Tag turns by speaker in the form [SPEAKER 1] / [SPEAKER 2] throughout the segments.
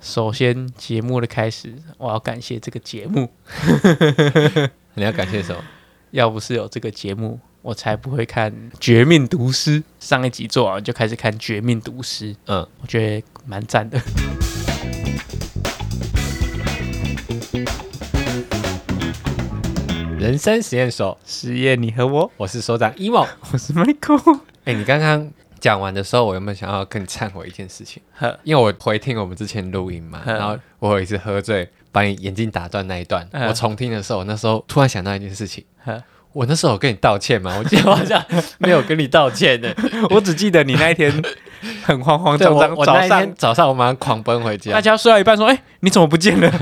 [SPEAKER 1] 首先节目的开始，我要感谢这个节目，
[SPEAKER 2] 你要感谢什么？
[SPEAKER 1] 要不是有这个节目，我才不会看《绝命毒师》。上一集做完就开始看《绝命毒师》，
[SPEAKER 2] 嗯，
[SPEAKER 1] 我觉得蛮赞的。
[SPEAKER 2] 人生实验所，
[SPEAKER 1] 实验你和我，
[SPEAKER 2] 我是所长 emo。
[SPEAKER 1] 我是 Michael。
[SPEAKER 2] 哎、你刚刚讲完的时候，我原本想要跟你忏悔一件事情，
[SPEAKER 1] 呵，
[SPEAKER 2] 因为我回听我们之前录音嘛，
[SPEAKER 1] 嗯
[SPEAKER 2] 然后我有一次喝醉把你眼镜打断那一段，
[SPEAKER 1] 嗯
[SPEAKER 2] 我重听的时候，我那时候突然想到一件事情
[SPEAKER 1] 嗯。
[SPEAKER 2] 我那时候有跟你道歉吗？我记 得我好像没有跟你道歉的。
[SPEAKER 1] 我只记得你那一天很慌慌
[SPEAKER 2] 对，
[SPEAKER 1] 张
[SPEAKER 2] 我
[SPEAKER 1] 张，
[SPEAKER 2] 我
[SPEAKER 1] 早
[SPEAKER 2] 那一
[SPEAKER 1] 上
[SPEAKER 2] 天早上我马上狂奔回
[SPEAKER 1] 大
[SPEAKER 2] 家，
[SPEAKER 1] 家睡到一半说：“哎、你怎么不见了？”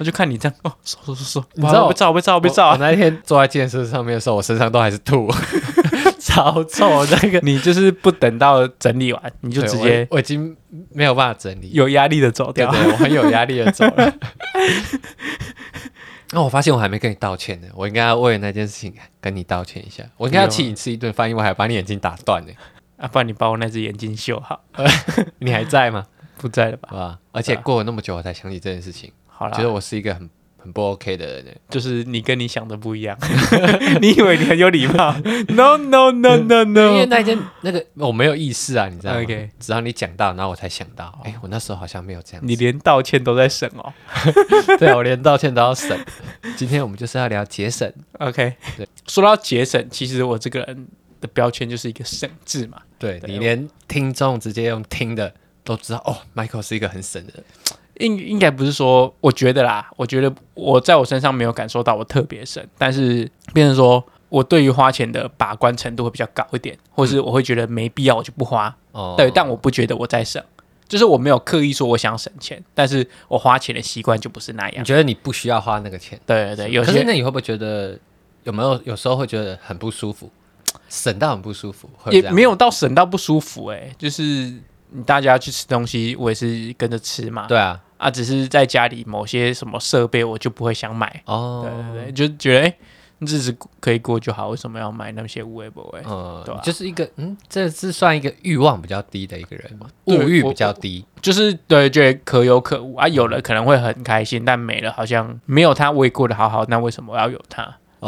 [SPEAKER 1] 我就看你这样，哦，收收收收，
[SPEAKER 2] 你知道
[SPEAKER 1] 我被照，我被照，我被
[SPEAKER 2] 我我
[SPEAKER 1] 照。
[SPEAKER 2] 那一天坐在健身上面的时候，我身上都还是吐， 超臭那 个。
[SPEAKER 1] 你就是不等到整理完，你就
[SPEAKER 2] 对
[SPEAKER 1] 直
[SPEAKER 2] 我
[SPEAKER 1] 接
[SPEAKER 2] 我已经没有办法整理，
[SPEAKER 1] 有压力的走
[SPEAKER 2] 对
[SPEAKER 1] 掉。
[SPEAKER 2] 对，我很有压力的走 了。那、我发现我还没跟你道歉呢，我应该要为那件事情跟你道歉一下。我应该要请你吃一顿饭，因为我还把你眼睛打断呢。
[SPEAKER 1] 啊，不然你把我那只眼睛修好，
[SPEAKER 2] 你还在 吗？
[SPEAKER 1] 不在了吧？
[SPEAKER 2] 好吧。而且过了那么久，我才想起这件事情，
[SPEAKER 1] 好啦，
[SPEAKER 2] 觉得我是一个很很不 OK 的人呢。
[SPEAKER 1] 就是你跟你想的不一 样，你以为你很有礼貌？No No No No
[SPEAKER 2] 因
[SPEAKER 1] No，
[SPEAKER 2] 为那件那个我没有意识啊，你知道吗
[SPEAKER 1] OK
[SPEAKER 2] 直到你讲到，然后我才想到，哎、我那时候好像没有这样子。
[SPEAKER 1] 你连道歉都在省哦。
[SPEAKER 2] 对我连道歉都要省。 今天我们就是要聊节省，
[SPEAKER 1] OK，
[SPEAKER 2] 对
[SPEAKER 1] 说到节省，其实我这个人的标签就是一个省字嘛。
[SPEAKER 2] 对
[SPEAKER 1] 对
[SPEAKER 2] 你
[SPEAKER 1] 我
[SPEAKER 2] 连听众直接用听的都知道哦，Michael 是一个很省的人。
[SPEAKER 1] 应应该不是说，我觉得啦，我觉得我在我身上没有感受到我特别省，但是变成说我对于花钱的把关程度会比较高一点，或是我会觉得没必要我就不花，
[SPEAKER 2] 哦
[SPEAKER 1] 对，但我不觉得我在省，就是我没有刻意说我想省钱，但是我花钱的习惯就不是那
[SPEAKER 2] 你
[SPEAKER 1] 样。
[SPEAKER 2] 觉得你不需要花那个钱，
[SPEAKER 1] 对对对，有
[SPEAKER 2] 可是
[SPEAKER 1] 些
[SPEAKER 2] 那你会不会觉得有没有有时候会觉得很不舒服，省到很不舒服？会
[SPEAKER 1] 也
[SPEAKER 2] 这样
[SPEAKER 1] 没有到省到不舒服、欸，就是大家去吃东西，我也是跟着吃嘛，
[SPEAKER 2] 对啊，
[SPEAKER 1] 啊，只是在家里某些什么设备我就不会想买，对
[SPEAKER 2] 哦，
[SPEAKER 1] 对对，就觉得哎、欸日子可以过就好，为什么要买那些无为不为？
[SPEAKER 2] 嗯
[SPEAKER 1] 对啊
[SPEAKER 2] 就是一个嗯，这是算一个欲望比较低的一个人嘛，物
[SPEAKER 1] 对
[SPEAKER 2] 欲
[SPEAKER 1] 我
[SPEAKER 2] 比较低，
[SPEAKER 1] 就是对，觉得可有可无啊，有了可能会很开心，但没了好像没有它我也过得好好，那为什么我要有它？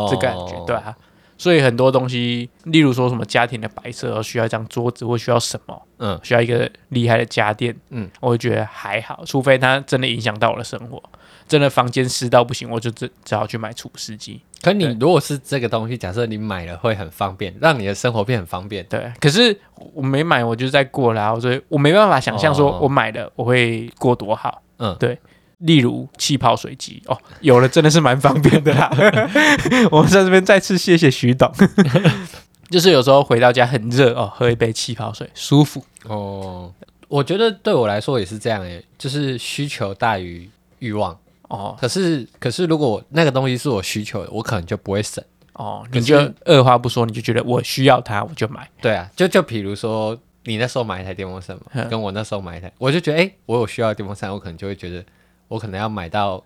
[SPEAKER 1] 这感觉，对
[SPEAKER 2] 哦
[SPEAKER 1] 啊。所以很多东西，例如说什么家庭的摆设，需要一张桌子，或需要什么，
[SPEAKER 2] 嗯，
[SPEAKER 1] 需要一个厉害的家电，
[SPEAKER 2] 嗯，
[SPEAKER 1] 我会觉得还好，除非它真的影响到我的生活，真的房间湿到不行，我就只只好去买除湿机。
[SPEAKER 2] 可你
[SPEAKER 1] 对
[SPEAKER 2] 如果是这个东西，假设你买了会很方便，让你的生活变很方便，
[SPEAKER 1] 对，可是我没买，我就在过啦，所以我没办法想象说
[SPEAKER 2] 哦
[SPEAKER 1] 我买了我会过多好。
[SPEAKER 2] 嗯，
[SPEAKER 1] 对例如气泡水机哦，有了真的是蛮方便的啦。 我们在这边再次谢谢徐董，就是有时候回到家很热哦，喝一杯气泡水舒服。
[SPEAKER 2] 哦，我觉得对我来说也是这样诶，就是需求大于欲望。
[SPEAKER 1] 哦
[SPEAKER 2] 可是，可是如果我那个东西是我需求的，我可能就不会省。
[SPEAKER 1] 哦，
[SPEAKER 2] 可
[SPEAKER 1] 你
[SPEAKER 2] 是
[SPEAKER 1] 就二话不说，你就觉得我需要它，我就买。
[SPEAKER 2] 对啊，就就比如说你那时候买一台电风扇嘛，
[SPEAKER 1] 嗯
[SPEAKER 2] 跟我那时候买一台，我就觉得诶，我有需要的电风扇，我可能就会觉得我可能要买到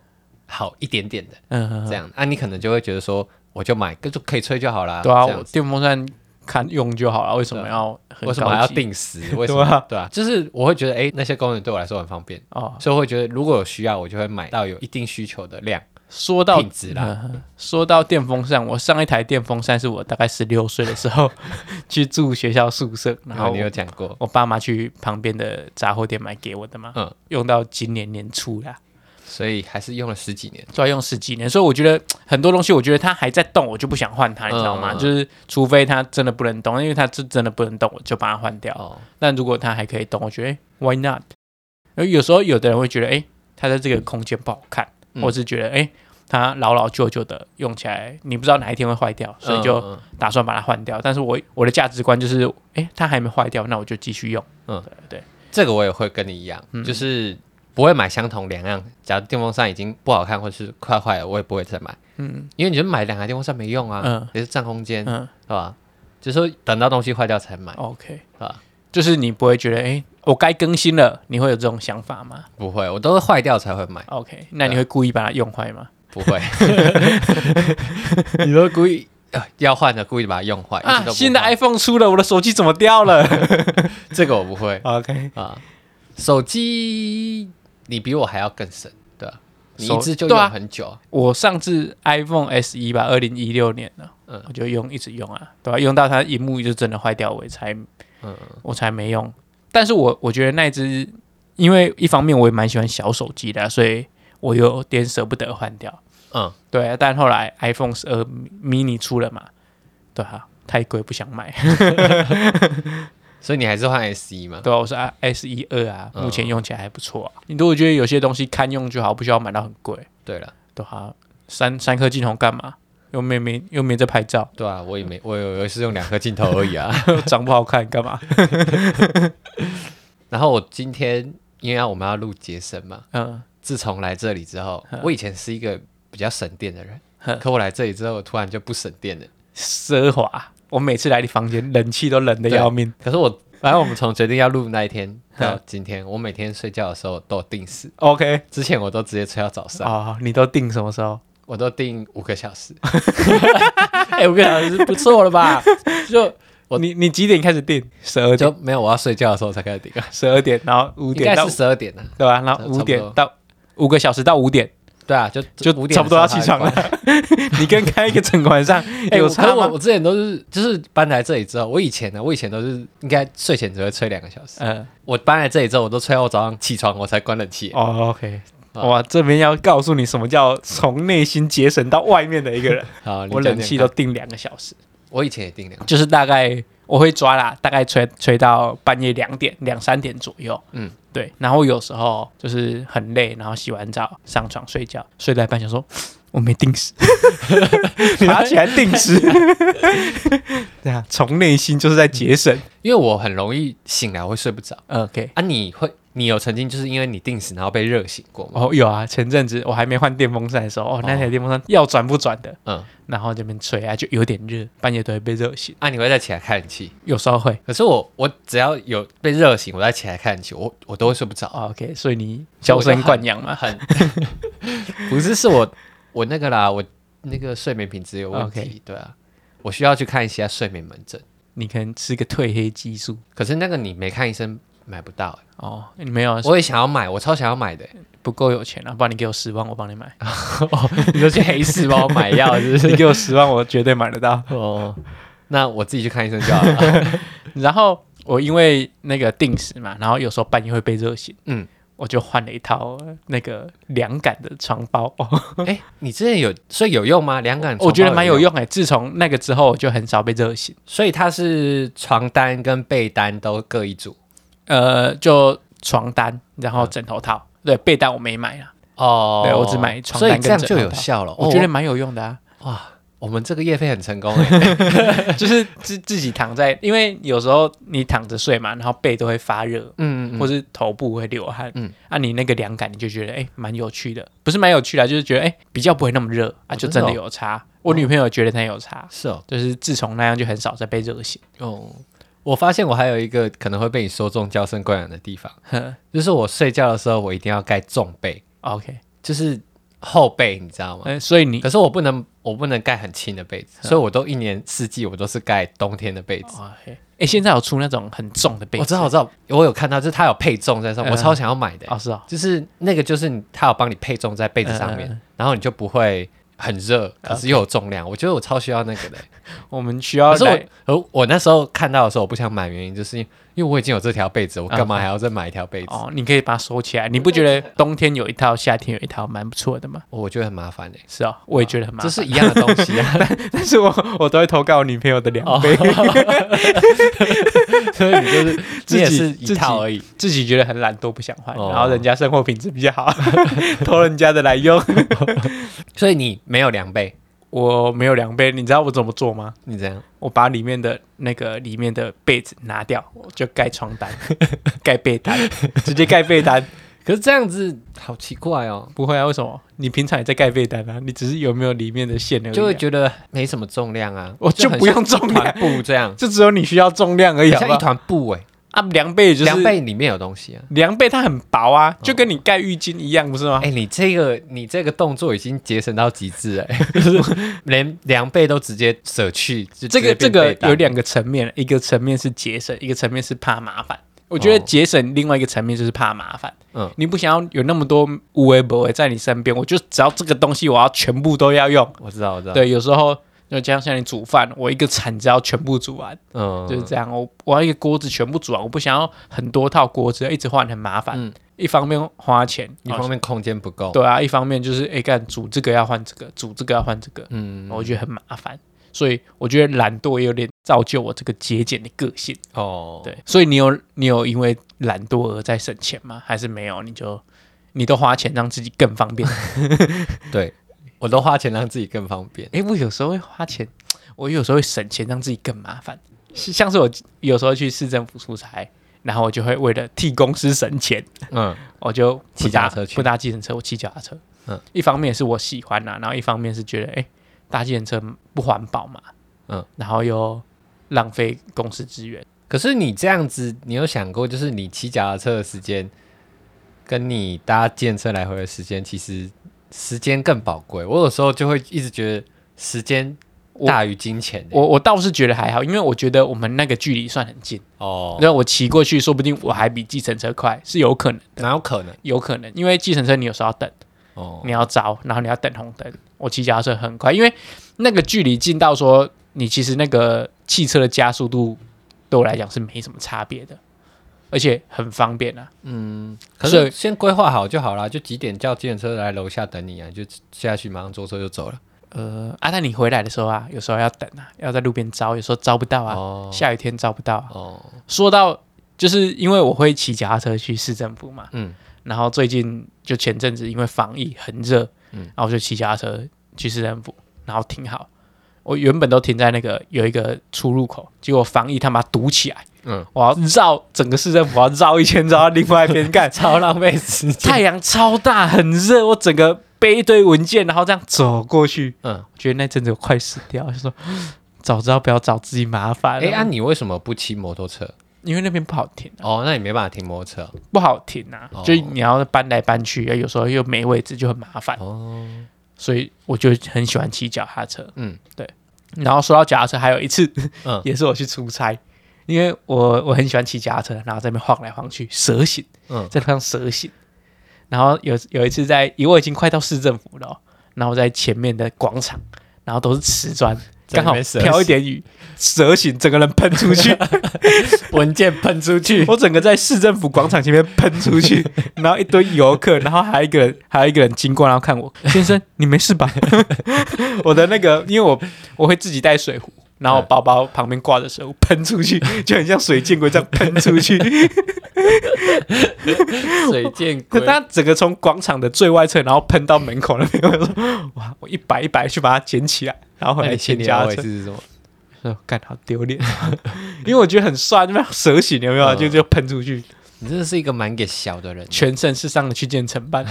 [SPEAKER 2] 好一点点的
[SPEAKER 1] 嗯，
[SPEAKER 2] 这样。啊，你可能就会觉得说，我就买，就可以吹就好啦。
[SPEAKER 1] 对啊，
[SPEAKER 2] 这样
[SPEAKER 1] 我
[SPEAKER 2] 子
[SPEAKER 1] 电风扇看用就好了，为什么
[SPEAKER 2] 对啊
[SPEAKER 1] 要很
[SPEAKER 2] 为什么还要
[SPEAKER 1] 高级
[SPEAKER 2] 定时？为什么？
[SPEAKER 1] 对啊
[SPEAKER 2] 对啊，就是我会觉得诶，那些功能对我来说很方便，
[SPEAKER 1] 哦？
[SPEAKER 2] 所以我会觉得如果有需要，我就会买到有一定需求的量。
[SPEAKER 1] 说到
[SPEAKER 2] 品质啦
[SPEAKER 1] 嗯说到电风扇，我上一台电风扇是我大概十六岁的时候 去住学校宿舍，然
[SPEAKER 2] 然
[SPEAKER 1] 后
[SPEAKER 2] 哦后你有讲过，
[SPEAKER 1] 我爸妈去旁边的杂货店买给我的嘛，
[SPEAKER 2] 嗯
[SPEAKER 1] 用到今年年初啦，
[SPEAKER 2] 所以还是用了十几年。
[SPEAKER 1] 都要用十几年，所以我觉得很多东西，我觉得它还在动，我就不想换它，你知道吗？
[SPEAKER 2] 嗯嗯嗯
[SPEAKER 1] 就是除非它真的不能动，因为它是真的不能动，我就把它换掉。
[SPEAKER 2] 哦，
[SPEAKER 1] 但如果它还可以动，我觉得、诶 why not？而有时候有的人会觉得，哎、它在这个空间不好看，
[SPEAKER 2] 嗯
[SPEAKER 1] 或是觉得，哎、它老老旧旧的，用起来你不知道哪一天会坏掉，所以就
[SPEAKER 2] 嗯
[SPEAKER 1] 打算把它换掉。但是我我的价值观就是，哎、它还没坏掉，那我就继续用。
[SPEAKER 2] 嗯
[SPEAKER 1] 对对，
[SPEAKER 2] 这个我也会跟你一样，
[SPEAKER 1] 嗯
[SPEAKER 2] 就是不会买相同两样。假如电风扇已经不好看或是快坏了，我也不会再买，
[SPEAKER 1] 嗯
[SPEAKER 2] 因为你就买两台电风扇没用啊，
[SPEAKER 1] 嗯
[SPEAKER 2] 也是占空间，
[SPEAKER 1] 嗯
[SPEAKER 2] 是吧？就是说等到东西坏掉才买，
[SPEAKER 1] ，OK，
[SPEAKER 2] 是吧？
[SPEAKER 1] 就是你不会觉得，哎、我该更新了，你会有这种想法吗？
[SPEAKER 2] 不会，我都是坏掉才会买，
[SPEAKER 1] OK，那
[SPEAKER 2] 啊
[SPEAKER 1] 你会故意把它用坏吗？
[SPEAKER 2] 不 会。 你都故意、呃要换的，故意把它用坏。一直
[SPEAKER 1] 啊
[SPEAKER 2] 都，不
[SPEAKER 1] 新的
[SPEAKER 2] 换
[SPEAKER 1] iPhone 出了，我的手机怎 么掉了
[SPEAKER 2] 这个我不会
[SPEAKER 1] ？OK，
[SPEAKER 2] 啊。手机你比我还要更深，对吧、你
[SPEAKER 1] 手
[SPEAKER 2] 一直就
[SPEAKER 1] 对啊
[SPEAKER 2] 用很久啊，
[SPEAKER 1] 我上次 iPhone S 一吧，二零一六年了，
[SPEAKER 2] 嗯
[SPEAKER 1] 我就用一直用啊，对吧、用到它荧幕就真的坏掉，我也才，
[SPEAKER 2] 嗯
[SPEAKER 1] 我才没用。但是我我觉得那只，因为一方面我也蛮喜欢小手机的啊、所以我有点舍不得换掉。
[SPEAKER 2] 嗯，
[SPEAKER 1] 对啊，但后来 iPhone 十二 mini 出了嘛，对啊，太贵不想买。
[SPEAKER 2] 所以你还是换 S 一嘛？
[SPEAKER 1] 对啊，我是 S 一二啊，
[SPEAKER 2] 嗯
[SPEAKER 1] 目前用起来还不错啊。你如果觉得有些东西堪用就好，不需要买到很贵，
[SPEAKER 2] 对了，
[SPEAKER 1] 对啊，三三颗镜头干嘛？又没没又没在拍照，
[SPEAKER 2] 对啊，我也没，我有一次用两颗镜头而已啊。
[SPEAKER 1] 长不好看干嘛？
[SPEAKER 2] 然后我今天因为我们要录节省嘛，
[SPEAKER 1] 嗯，
[SPEAKER 2] 自从来这里之后，我以前是一个比较省电的人
[SPEAKER 1] 哼，
[SPEAKER 2] 可我来这里之后，我突然就不省电了。
[SPEAKER 1] 奢华。我每次来你房间，冷气都冷的
[SPEAKER 2] 对
[SPEAKER 1] 要命。
[SPEAKER 2] 可是我，反正我们从决定要录那一天
[SPEAKER 1] 嗯
[SPEAKER 2] 到今天，我每天睡觉的时候都有定时，
[SPEAKER 1] OK，
[SPEAKER 2] 之前我都直接睡到早上，
[SPEAKER 1] 哦，你都定什么时候？
[SPEAKER 2] 我都定五个小时。
[SPEAKER 1] 哎，五个小时不错了吧？就
[SPEAKER 2] 我
[SPEAKER 1] 你你几点开始定？十二
[SPEAKER 2] 就
[SPEAKER 1] 点，
[SPEAKER 2] 没有我要睡觉的时候才开始定，啊
[SPEAKER 1] 十二点，然后五
[SPEAKER 2] 应
[SPEAKER 1] 点
[SPEAKER 2] 该
[SPEAKER 1] 到
[SPEAKER 2] 是十二点啊。
[SPEAKER 1] 对吧？然后
[SPEAKER 2] 差不
[SPEAKER 1] 五
[SPEAKER 2] 多
[SPEAKER 1] 点到五个小时到五点，
[SPEAKER 2] 对啊，就
[SPEAKER 1] 就
[SPEAKER 2] 五点
[SPEAKER 1] 差不多要
[SPEAKER 2] 的时
[SPEAKER 1] 起
[SPEAKER 2] 候
[SPEAKER 1] 床
[SPEAKER 2] 才
[SPEAKER 1] 了
[SPEAKER 2] 会 关。
[SPEAKER 1] 你跟开一个整个晚上，哎，
[SPEAKER 2] 哎，
[SPEAKER 1] 有
[SPEAKER 2] 我
[SPEAKER 1] 差
[SPEAKER 2] 可
[SPEAKER 1] 吗
[SPEAKER 2] 我？我之前都是就是搬来这里之后，我以前呢，我以前都是应该睡前只会吹两个小时。
[SPEAKER 1] 嗯
[SPEAKER 2] 我搬来这里之后，我都吹到我早上起床我才关冷气。
[SPEAKER 1] 哦，OK，
[SPEAKER 2] 啊
[SPEAKER 1] 哇，这边要告诉你什么叫从内心节省到外面的一个 人。
[SPEAKER 2] 哦好，你
[SPEAKER 1] 我
[SPEAKER 2] 讲
[SPEAKER 1] 冷
[SPEAKER 2] 讲
[SPEAKER 1] 气
[SPEAKER 2] 看
[SPEAKER 1] 都，定两个小时，
[SPEAKER 2] 我以前也定两，
[SPEAKER 1] 就是大概我会抓啦，大概吹吹到半夜两点、两三点左右。
[SPEAKER 2] 嗯
[SPEAKER 1] 嗯，对。然后有时候就是很累，然后洗完澡上床睡觉，睡到一半想说 我没定 时，爬起来定时。 对啊，从内心就是在节省。
[SPEAKER 2] 因为我很容易醒来会睡不着
[SPEAKER 1] 嗯 OK。
[SPEAKER 2] 啊。你会，你有曾经就是因为你定时然后被热醒过吗？
[SPEAKER 1] 哦，有啊，前阵子我还没换电风扇的时候，哦，那台电风扇要转不转的，
[SPEAKER 2] 嗯，
[SPEAKER 1] 然后这边吹啊，就有点热，半夜都会被热醒，
[SPEAKER 2] 啊，你会再起来开冷气。
[SPEAKER 1] 有时候会。
[SPEAKER 2] 可是我，我只要有被热醒，我再起来开冷气，我我都会睡不着。
[SPEAKER 1] 哦 OK，所以你娇生惯养嘛。
[SPEAKER 2] 很不是是我我那个啦，我那个睡眠品质有问题
[SPEAKER 1] OK
[SPEAKER 2] 对啊，我需要去看一下睡眠门诊。
[SPEAKER 1] 你可能吃个褪黑激素
[SPEAKER 2] 可是那个你没看医生买不到、欸
[SPEAKER 1] 哦，你没有啊，
[SPEAKER 2] 我也想要买，我超想要买的、欸
[SPEAKER 1] 不够有钱啊，不然你给我十万，我帮 你买。哦
[SPEAKER 2] 你说去黑市帮我买药是不
[SPEAKER 1] 你
[SPEAKER 2] 是？
[SPEAKER 1] 给我十万，我绝对买得到。
[SPEAKER 2] 哦，那我自己去看医生就好 了。
[SPEAKER 1] 然后我因为那个定时嘛，然后有时候半夜会被热醒，
[SPEAKER 2] 嗯
[SPEAKER 1] 嗯，我就换了一套那个凉感的床包，哦、
[SPEAKER 2] 哎、你之前有所以有用吗？凉 感
[SPEAKER 1] 我觉得蛮有
[SPEAKER 2] 床包，
[SPEAKER 1] 用哎、自从那个之后，我就很少被热醒。
[SPEAKER 2] 所以它是床单跟被单都各一组
[SPEAKER 1] 呃，就床单，然后枕头套，对，被单我没买啊，
[SPEAKER 2] 哦
[SPEAKER 1] 对我只买床
[SPEAKER 2] 所
[SPEAKER 1] 单
[SPEAKER 2] 以
[SPEAKER 1] 跟
[SPEAKER 2] 这样
[SPEAKER 1] 枕
[SPEAKER 2] 就
[SPEAKER 1] 头
[SPEAKER 2] 有
[SPEAKER 1] 套
[SPEAKER 2] 效了。哦
[SPEAKER 1] 我觉得蛮有用的啊。
[SPEAKER 2] 哇，我们这个业费很成功哎、
[SPEAKER 1] 就是自自己躺在，因为有时候你躺着睡嘛，然后背都会发热，
[SPEAKER 2] 嗯嗯嗯
[SPEAKER 1] 或是头部会流汗，
[SPEAKER 2] 嗯
[SPEAKER 1] 嗯，啊，你那个凉感你就觉得哎蛮、有趣的，不是蛮有趣的，就是觉得哎、比较不会那么热啊，
[SPEAKER 2] 哦
[SPEAKER 1] 就真的哦
[SPEAKER 2] 真的
[SPEAKER 1] 有差。我女朋友觉得她有差，
[SPEAKER 2] 是哦，
[SPEAKER 1] 就是自从那样就很少再被热醒。
[SPEAKER 2] 哦，我发现我还有一个可能会被你说中娇生惯养的地 方，
[SPEAKER 1] 呵
[SPEAKER 2] 就是我睡觉的时候我一定要盖重被，
[SPEAKER 1] OK，
[SPEAKER 2] 就是厚被，你知道吗？
[SPEAKER 1] 嗯、所以你
[SPEAKER 2] 可是我不能，我不能盖很轻的被子，所以我都一年四季我都是盖冬天的被子。
[SPEAKER 1] 嗯哦嘿哎、现在有出那种很重的被子，
[SPEAKER 2] 我知道，我知道，我有看到，就是它有配重在上面，
[SPEAKER 1] 嗯
[SPEAKER 2] 我超想要买的、
[SPEAKER 1] 哦是哦，
[SPEAKER 2] 就是那个就是你它有帮你配重在被子上面，
[SPEAKER 1] 嗯
[SPEAKER 2] 然后你就不会很热，可是又有重量。我觉得我超需要那 个的、
[SPEAKER 1] 我们需要
[SPEAKER 2] 可是
[SPEAKER 1] 来
[SPEAKER 2] 我，而我那时候看到的时候，我不想买，原因就是因为我已经有这条被子，我干嘛还要再买一条被子？
[SPEAKER 1] 嗯哦，你可以把它收起来。你不觉得冬天有一套，夏天有一套，蛮不错的吗？
[SPEAKER 2] 我觉得很麻烦哎、
[SPEAKER 1] 是哦，我也觉得很麻
[SPEAKER 2] 这
[SPEAKER 1] 烦。
[SPEAKER 2] 是一样的东西 啊，
[SPEAKER 1] 但是我我都会投稿我女朋友的两倍，
[SPEAKER 2] 所以 你就是
[SPEAKER 1] 自己
[SPEAKER 2] 你也是一套而已。
[SPEAKER 1] 自己觉得很懒惰不想换，
[SPEAKER 2] 哦
[SPEAKER 1] 然后人家生活品质比较好， 偷人家的来用。
[SPEAKER 2] 所以你没有量被，
[SPEAKER 1] 我没有两倍，你知道我怎么做吗？
[SPEAKER 2] 你这样
[SPEAKER 1] 我把里面的那个里面的被子拿掉，我就盖床 单，盖被单，直接盖被单。
[SPEAKER 2] 可是这样子好奇怪 哦，
[SPEAKER 1] 不会啊，为什么？你平常也在盖被单啊？你只是有没有里面的线而已啊、
[SPEAKER 2] 就会觉得没什么重量啊，
[SPEAKER 1] 我就
[SPEAKER 2] 很
[SPEAKER 1] 不用重
[SPEAKER 2] 像一团
[SPEAKER 1] 量，
[SPEAKER 2] 布 这样，
[SPEAKER 1] 就只有你需要重量而已
[SPEAKER 2] 很
[SPEAKER 1] 好不
[SPEAKER 2] 像一
[SPEAKER 1] 好
[SPEAKER 2] 团布哎、
[SPEAKER 1] 啊，凉被就是
[SPEAKER 2] 量被里面有东西啊。
[SPEAKER 1] 凉被它很薄啊，就跟你盖浴巾一样，不是吗？
[SPEAKER 2] 哎、你这个你这个动作已经节省到极致哎、 就是连量被都直接舍去，就
[SPEAKER 1] 这个
[SPEAKER 2] 直接
[SPEAKER 1] 这
[SPEAKER 2] 变
[SPEAKER 1] 个
[SPEAKER 2] 被单
[SPEAKER 1] 有两个层面，一个层面是节省，一个层面是怕麻烦。我觉得节省另外一个层面就是怕麻烦，
[SPEAKER 2] 哦嗯
[SPEAKER 1] 嗯，你不想要有那么多无为不为在你身边，我就只要这个东西我要全部都要用，
[SPEAKER 2] 我知道，我知道，，
[SPEAKER 1] 对，有时候。就加上像你煮饭，我一个铲子要全部煮完，
[SPEAKER 2] 嗯，
[SPEAKER 1] 就是这样。我我要一个锅子全部煮完，我不想要很多套锅子，一直换很麻烦。
[SPEAKER 2] 嗯
[SPEAKER 1] 一方面花钱，
[SPEAKER 2] 一方面空间不够，
[SPEAKER 1] 对啊，一方面就是哎干、煮这个要换这个，煮这个要换这个，
[SPEAKER 2] 嗯，
[SPEAKER 1] 我觉得很麻烦。所以我觉得懒惰也有点造就我这个节俭的个性。
[SPEAKER 2] 哦，
[SPEAKER 1] 对，所以你有你有因为懒惰而在省钱吗？还是没有？你就你都花钱让自己更方便？
[SPEAKER 2] 对，我都花钱让自己更方便，
[SPEAKER 1] 诶，我有时候会花钱，我有时候会省钱让自己更麻烦。是像是我有时候去市政府出差，然后我就会为了替公司省钱，
[SPEAKER 2] 嗯，
[SPEAKER 1] 我就不
[SPEAKER 2] 骑脚
[SPEAKER 1] 搭
[SPEAKER 2] 踏车去
[SPEAKER 1] 不搭计程车，我骑脚踏车。
[SPEAKER 2] 嗯
[SPEAKER 1] 嗯，一方面是我喜欢呐、然后一方面是觉得，哎、搭计程车不环保嘛。
[SPEAKER 2] 嗯
[SPEAKER 1] 嗯，然后又浪费公司资源。
[SPEAKER 2] 可是你这样子，你有想过，就是你骑脚踏车的时间，跟你搭电车来回的时间，其实时间更宝贵。我有时候就会一直觉得时间大于金钱、欸。
[SPEAKER 1] 我我倒是觉得还好，因为我觉得我们那个距离算很近，
[SPEAKER 2] 哦，
[SPEAKER 1] 那、我骑过去，说不定我还比计程车快，是有可能，
[SPEAKER 2] 哪有可能？
[SPEAKER 1] 有可能，因为计程车你有时候要等，
[SPEAKER 2] 哦，
[SPEAKER 1] 你要招，然后你要等红灯。我骑脚踏车很快，因为那个距离近到说，你其实那个汽车的加速度对我来讲是没什么差别的，而且很方便啊。
[SPEAKER 2] 可
[SPEAKER 1] 所
[SPEAKER 2] 是
[SPEAKER 1] 以
[SPEAKER 2] 先规划好就好啦，就几点叫电车来楼下等你啊，你就下去马上坐车就走了。
[SPEAKER 1] 呃，啊，那你回来的时候啊，有时候要等啊，要在路边招，有时候招不到啊，
[SPEAKER 2] 哦
[SPEAKER 1] 下雨天招不到啊。
[SPEAKER 2] 哦，
[SPEAKER 1] 说到就是因为我会骑脚踏车去市政府嘛，
[SPEAKER 2] 嗯
[SPEAKER 1] 嗯，然后最近就前阵子因为防疫很热，嗯，然后我就骑脚踏车去市政府，然后停好。我原本都停在那个有一个出入口，结果防疫他妈堵起来，
[SPEAKER 2] 嗯
[SPEAKER 1] 嗯，我要绕整个市政府，我要绕一圈绕到另外一边干，
[SPEAKER 2] 超浪费时间。
[SPEAKER 1] 太阳超大，很热，我整个背一堆文件，然后这样走过去，
[SPEAKER 2] 嗯，
[SPEAKER 1] 我觉得那阵子我快死掉，就说 早知道不要找自己麻烦了，
[SPEAKER 2] 哎，啊，你为什么不骑摩托车？
[SPEAKER 1] 因为那边不好停。
[SPEAKER 2] 哦，那你没办法停摩托车哦。
[SPEAKER 1] 不好停啊，
[SPEAKER 2] 哦
[SPEAKER 1] 就你要搬来搬去，有时候又没位置，就很麻烦。
[SPEAKER 2] 哦
[SPEAKER 1] 所以我就很喜欢骑脚踏车。
[SPEAKER 2] 嗯
[SPEAKER 1] 嗯，对。然后说到脚踏车，还有一次，
[SPEAKER 2] 嗯
[SPEAKER 1] 也是我去出差，因为我我很喜欢骑脚踏车，然后在那边晃来晃去，蛇形，
[SPEAKER 2] 嗯
[SPEAKER 1] 嗯，在路上蛇形。然后有有一次在，因为我已经快到市政府了哦，然后我在前面的广场，然后都是瓷砖，
[SPEAKER 2] 在那
[SPEAKER 1] 刚好
[SPEAKER 2] 边蛇
[SPEAKER 1] 飘一
[SPEAKER 2] 形
[SPEAKER 1] 点雨，蛇形整个人喷出去，
[SPEAKER 2] 文件喷出去，
[SPEAKER 1] 我整个在市政府广场前面喷出 去，然后一堆游客，然后还有一个人，还有一个人经过，然后看 我，先生，你没事吧？ 我的那个，因为我我会自己带水壶，然后我包包旁边挂着水壶喷出去，就很像水箭龟这样喷出 去。
[SPEAKER 2] 水箭
[SPEAKER 1] 可
[SPEAKER 2] 龟。
[SPEAKER 1] 他整个从广场的最外侧，然后喷到门口那边，我说哇，我一百一百去把它捡起来，然后回
[SPEAKER 2] 那
[SPEAKER 1] 来
[SPEAKER 2] 哎你
[SPEAKER 1] 捡
[SPEAKER 2] 心里
[SPEAKER 1] 家
[SPEAKER 2] 安慰
[SPEAKER 1] 车。
[SPEAKER 2] 是什么？
[SPEAKER 1] 说干好丢脸， 因为我觉得很帅，那边蛇形有没有？
[SPEAKER 2] 嗯
[SPEAKER 1] 就就喷出去，
[SPEAKER 2] 你真的是一个蛮给小 的人，
[SPEAKER 1] 全身是伤的去见承办。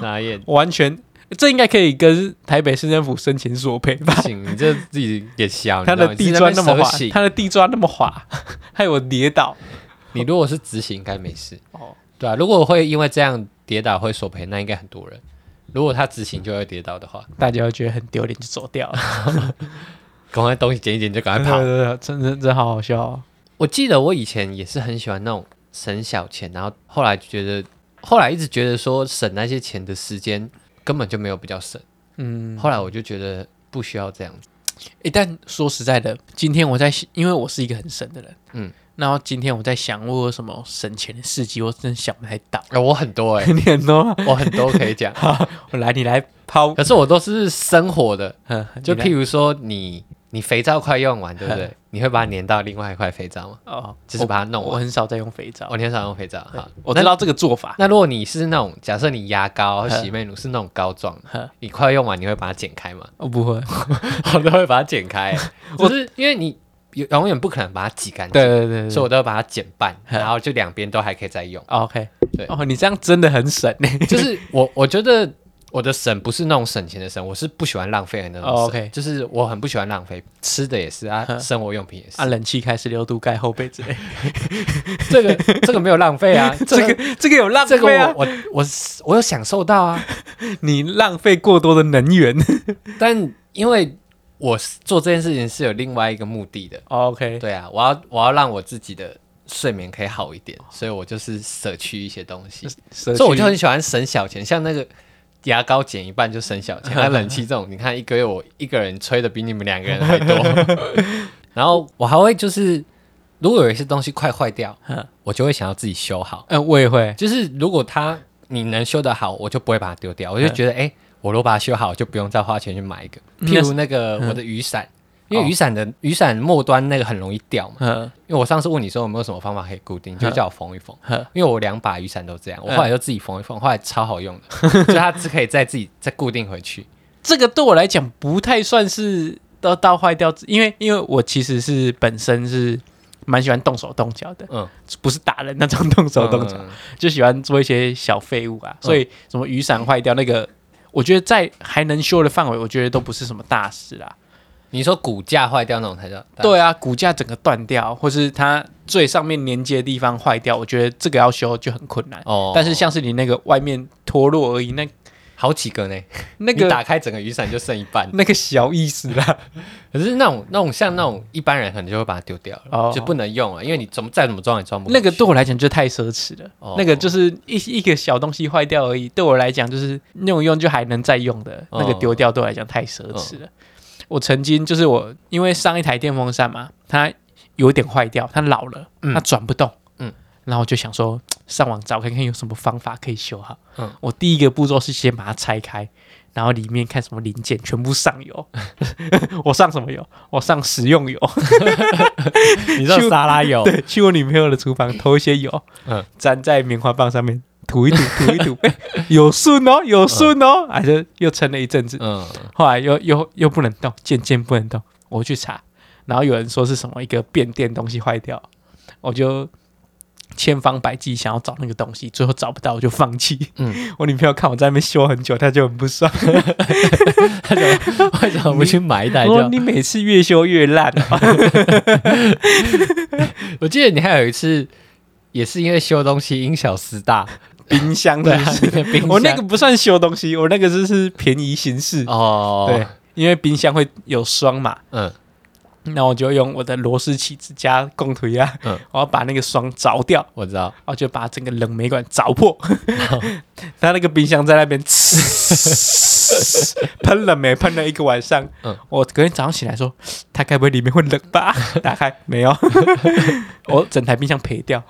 [SPEAKER 2] 傻眼。
[SPEAKER 1] 完全，这应该可以跟台北市政府申请索赔吧
[SPEAKER 2] 不？行，你这自己给小。
[SPEAKER 1] 它的
[SPEAKER 2] 你
[SPEAKER 1] 地
[SPEAKER 2] 知道吗
[SPEAKER 1] 砖那么滑，
[SPEAKER 2] 你是在那边蛇形
[SPEAKER 1] 它的地砖那么滑， 害我跌倒。
[SPEAKER 2] 你如果是直行，应该没事。
[SPEAKER 1] 哦，
[SPEAKER 2] 对啊，如果会因为这样跌倒会索赔，那应该很多人。如果他直行就会跌倒的话，
[SPEAKER 1] 大家会觉得很丢脸，就走掉了。
[SPEAKER 2] 赶快东西捡一捡就赶快
[SPEAKER 1] 对
[SPEAKER 2] 跑。
[SPEAKER 1] 对对，真真真好好笑哦。
[SPEAKER 2] 我记得我以前也是很喜欢那种省小钱，然后后来觉得，后来一直觉得说省那些钱的时间根本就没有比较省。
[SPEAKER 1] 嗯，
[SPEAKER 2] 后来我就觉得不需要这样子。
[SPEAKER 1] 诶，但说实在的，今天我在，因为我是一个很省的人，
[SPEAKER 2] 嗯
[SPEAKER 1] 嗯，然后今天我在想我有什么省钱的事迹，我真想不太到。
[SPEAKER 2] 哎、我很多 哎、
[SPEAKER 1] 你很多吗，
[SPEAKER 2] 我很多可以讲，
[SPEAKER 1] 我来，你来抛，
[SPEAKER 2] 可是我都是生活的，
[SPEAKER 1] 嗯
[SPEAKER 2] 就
[SPEAKER 1] 你来
[SPEAKER 2] 譬如说你你肥皂快用完， 对不对？你会把它粘到另外一块肥 皂吗？
[SPEAKER 1] 哦，
[SPEAKER 2] 就是把它弄
[SPEAKER 1] 我我
[SPEAKER 2] 完。哦
[SPEAKER 1] 很少在用肥皂，
[SPEAKER 2] 我很少用肥皂， 好，
[SPEAKER 1] 我知道这个做法，
[SPEAKER 2] 那。那如果你是那种，假设你牙 膏、
[SPEAKER 1] 呵
[SPEAKER 2] 洗面乳是那种膏 状
[SPEAKER 1] 呵
[SPEAKER 2] 的，你快用完你会把它剪开吗？
[SPEAKER 1] 我哦不会，
[SPEAKER 2] 我都会把它剪开， 就是因为你永永远不可能把它挤干
[SPEAKER 1] 对
[SPEAKER 2] 净，
[SPEAKER 1] 对对对
[SPEAKER 2] 所以我都会把它剪 半，
[SPEAKER 1] 呵。
[SPEAKER 2] 然后就两边都还可以再用
[SPEAKER 1] OK，
[SPEAKER 2] 对
[SPEAKER 1] 哦，你这样真的很省欸呢。
[SPEAKER 2] 就是我我觉得我的省不是那种省钱的省，我是不喜欢浪费的那种省。
[SPEAKER 1] 哦，OK
[SPEAKER 2] 就是我很不喜欢浪费，吃的也是啊，
[SPEAKER 1] 呵
[SPEAKER 2] 生活用品也是
[SPEAKER 1] 啊，。冷气开十六度盖后背之 类，
[SPEAKER 2] 这个这个没有浪费啊，这
[SPEAKER 1] 这
[SPEAKER 2] 个
[SPEAKER 1] 个这个有浪
[SPEAKER 2] 这个
[SPEAKER 1] 费啊
[SPEAKER 2] 我，我我我有享受到啊，
[SPEAKER 1] 你浪费过多的能源。
[SPEAKER 2] 但因为我是做这件事情是有另外一个目的的。
[SPEAKER 1] 哦 OK，
[SPEAKER 2] 对啊，我要我要让我自己的睡眠可以好一
[SPEAKER 1] 哦
[SPEAKER 2] 点，所以我就是舍去一些东西，
[SPEAKER 1] 所
[SPEAKER 2] 所以我就很喜欢省小钱，像那个牙膏剪一半就省小钱， 还有冷气这种，你看一个月我一个人吹的比你们两个人还 多。然后我还会就是，如果有一些东西快坏掉
[SPEAKER 1] 嗯，
[SPEAKER 2] 我就会想要自己修好。
[SPEAKER 1] 嗯，我也会，
[SPEAKER 2] 就是如果它你能修得好，我就不会把它丢掉，我就觉得
[SPEAKER 1] 嗯
[SPEAKER 2] 哎、诶我如果把它修好，我就不用再花钱去买一个。譬如那个我的
[SPEAKER 1] 嗯
[SPEAKER 2] 雨伞，因为雨伞的雨伞末端那个很容易掉嘛。
[SPEAKER 1] 嗯
[SPEAKER 2] 因为我上次问你说有没有什么方法可以固定，就叫我缝一缝
[SPEAKER 1] 呵。
[SPEAKER 2] 因为我两把雨伞都这
[SPEAKER 1] 嗯
[SPEAKER 2] 样，我后来就自己缝一缝，后来超好用的， 就它只可以再自己再固定回去。
[SPEAKER 1] 这个对我来讲不太算是到到坏掉，因为因为我其实是本身是蛮喜欢动手动脚的，
[SPEAKER 2] 嗯，
[SPEAKER 1] 不是打人那种动手动脚，
[SPEAKER 2] 嗯
[SPEAKER 1] 就喜欢做一些小废物啊，所以什么雨伞坏掉那个。我觉得在还能修的范围，我觉得都不是什么大事啊啦。
[SPEAKER 2] 你说骨架坏掉那种才叫
[SPEAKER 1] 对啊，骨架整个断掉，或是它最上面连接的地方坏掉，我觉得这个要修就很困难。
[SPEAKER 2] 哦，
[SPEAKER 1] 但是像是你那个外面脱落而已，那
[SPEAKER 2] 好几个呢，
[SPEAKER 1] 那
[SPEAKER 2] 你
[SPEAKER 1] 个
[SPEAKER 2] 打开整个雨伞就剩一半。
[SPEAKER 1] 那个小意思啦。
[SPEAKER 2] 可是那种那种像那种一般人可能就会把它丢掉
[SPEAKER 1] 哦
[SPEAKER 2] 了，就不能用了，因为你怎么再怎么装也装不
[SPEAKER 1] 那个
[SPEAKER 2] 回去
[SPEAKER 1] 对我来讲就太奢侈了，
[SPEAKER 2] 哦
[SPEAKER 1] 那个就是一一个小东西坏掉而已，对我来讲就是用一用就还能再用的，
[SPEAKER 2] 哦
[SPEAKER 1] 那个丢掉对我来讲太奢侈了。我曾经就是我因为上一台电风扇嘛，它有点坏掉，它老了，它转不动，嗯
[SPEAKER 2] 嗯，
[SPEAKER 1] 然后我就想说上网找看看有什么方法可以修好。嗯
[SPEAKER 2] 嗯，
[SPEAKER 1] 我第一个步骤是先把它拆开。然后里面看什么零件，全部上 油。 我上什么油？我上食用油。
[SPEAKER 2] 你知道沙拉油，
[SPEAKER 1] 对，去我女朋友的厨房偷一些油，
[SPEAKER 2] 嗯
[SPEAKER 1] 粘在棉花棒上面涂一涂，涂一涂， 哎有顺哦，有顺哦，啊，就又撑了一阵子，
[SPEAKER 2] 嗯，
[SPEAKER 1] 后来又又又不能动，渐渐不能动，我去查，然后有人说是什么一个变电东西坏掉，我就。千方百计想要找那个东西，最后找不到，我就放弃。嗯， 我女朋友看我在那边修很久，她就很不爽。
[SPEAKER 2] 为什么不去买一
[SPEAKER 1] 她
[SPEAKER 2] 台就
[SPEAKER 1] 说：“你每次越修越烂、 啊。
[SPEAKER 2] 我记得你还有一次也是因为修东西因小失大，
[SPEAKER 1] 冰箱
[SPEAKER 2] 对
[SPEAKER 1] 的
[SPEAKER 2] 啊，你的冰箱
[SPEAKER 1] 我那个不算修东西，我那个就是便宜行事。
[SPEAKER 2] 哦，
[SPEAKER 1] 对，，因为冰箱会有霜嘛，
[SPEAKER 2] 嗯
[SPEAKER 1] 那我就用我的螺丝起子加共推啊，
[SPEAKER 2] 嗯
[SPEAKER 1] 我要把那个霜凿掉，
[SPEAKER 2] 我知道，
[SPEAKER 1] 然后就把整个冷媒管凿 破，他那个冰箱在那边喷冷媒，喷了一个晚上。
[SPEAKER 2] 嗯
[SPEAKER 1] 我隔天早上起来说，它该不会里面会冷 吧？打开没有，我整台冰箱赔掉。
[SPEAKER 2] 哦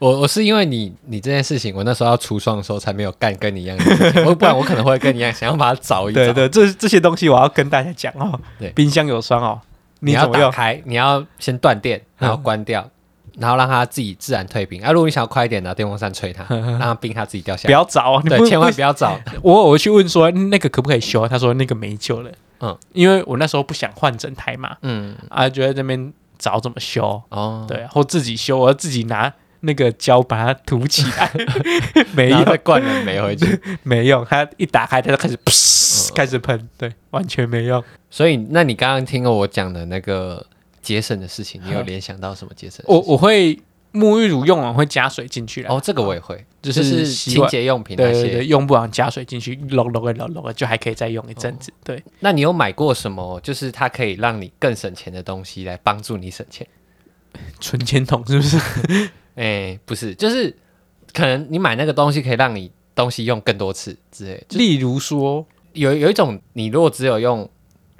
[SPEAKER 2] 我我是因为你你这件事情，我那时候要除霜的时候才没有干跟你一样的事情，我不然我可能会跟你一样想要把它找一找，
[SPEAKER 1] 对对，这这些东西我要跟大家讲哦。
[SPEAKER 2] 对
[SPEAKER 1] 冰箱有霜哦，
[SPEAKER 2] 你
[SPEAKER 1] 怎
[SPEAKER 2] 要
[SPEAKER 1] 么
[SPEAKER 2] 打
[SPEAKER 1] 用？嗯
[SPEAKER 2] 开，你要先断电，然后关掉。然后让它自己自然退冰啊！如果你想要快一点，拿电风扇吹 它，让它冰它自己掉下
[SPEAKER 1] 不
[SPEAKER 2] 来。
[SPEAKER 1] 要找哦，你
[SPEAKER 2] 对，
[SPEAKER 1] 不
[SPEAKER 2] 千
[SPEAKER 1] 不
[SPEAKER 2] 万不 要找。
[SPEAKER 1] 我我去问说那个可不可以修，他说那个没救了。嗯
[SPEAKER 2] 嗯，
[SPEAKER 1] 因为我那时候不想换整台嘛，
[SPEAKER 2] 嗯，
[SPEAKER 1] 啊，就在那边找怎么修，
[SPEAKER 2] 哦，
[SPEAKER 1] 对，啊或自己修，我要自己拿那个胶把它涂起 来，没
[SPEAKER 2] 然后再
[SPEAKER 1] 用，
[SPEAKER 2] 灌人没回去。
[SPEAKER 1] 没用。它一打开，它就开
[SPEAKER 2] 嗯
[SPEAKER 1] 始噗、开始喷，对，完全没用。
[SPEAKER 2] 所以，那你刚刚听了我讲的那个节省的事情，你有联想到什么节省的事
[SPEAKER 1] 嗯我
[SPEAKER 2] 情？
[SPEAKER 1] 我会沐浴乳用完会加水进去啦，
[SPEAKER 2] 哦，这个我也会，
[SPEAKER 1] 嗯就
[SPEAKER 2] 就是是
[SPEAKER 1] 习
[SPEAKER 2] 清
[SPEAKER 1] 惯。
[SPEAKER 2] 洁用品那
[SPEAKER 1] 对
[SPEAKER 2] 些。
[SPEAKER 1] 对对，用不完加水进去，弄弄弄弄就还可以再用一 阵子。对，
[SPEAKER 2] 那你有买过什么？就是它可以让你更省钱的东西来帮助你省钱？
[SPEAKER 1] 存钱筒是不是？
[SPEAKER 2] 哎，不是，就是可能你买那个东西可以让你东西用更多次之类的。
[SPEAKER 1] 例如说，
[SPEAKER 2] 有有一种，你如果只有用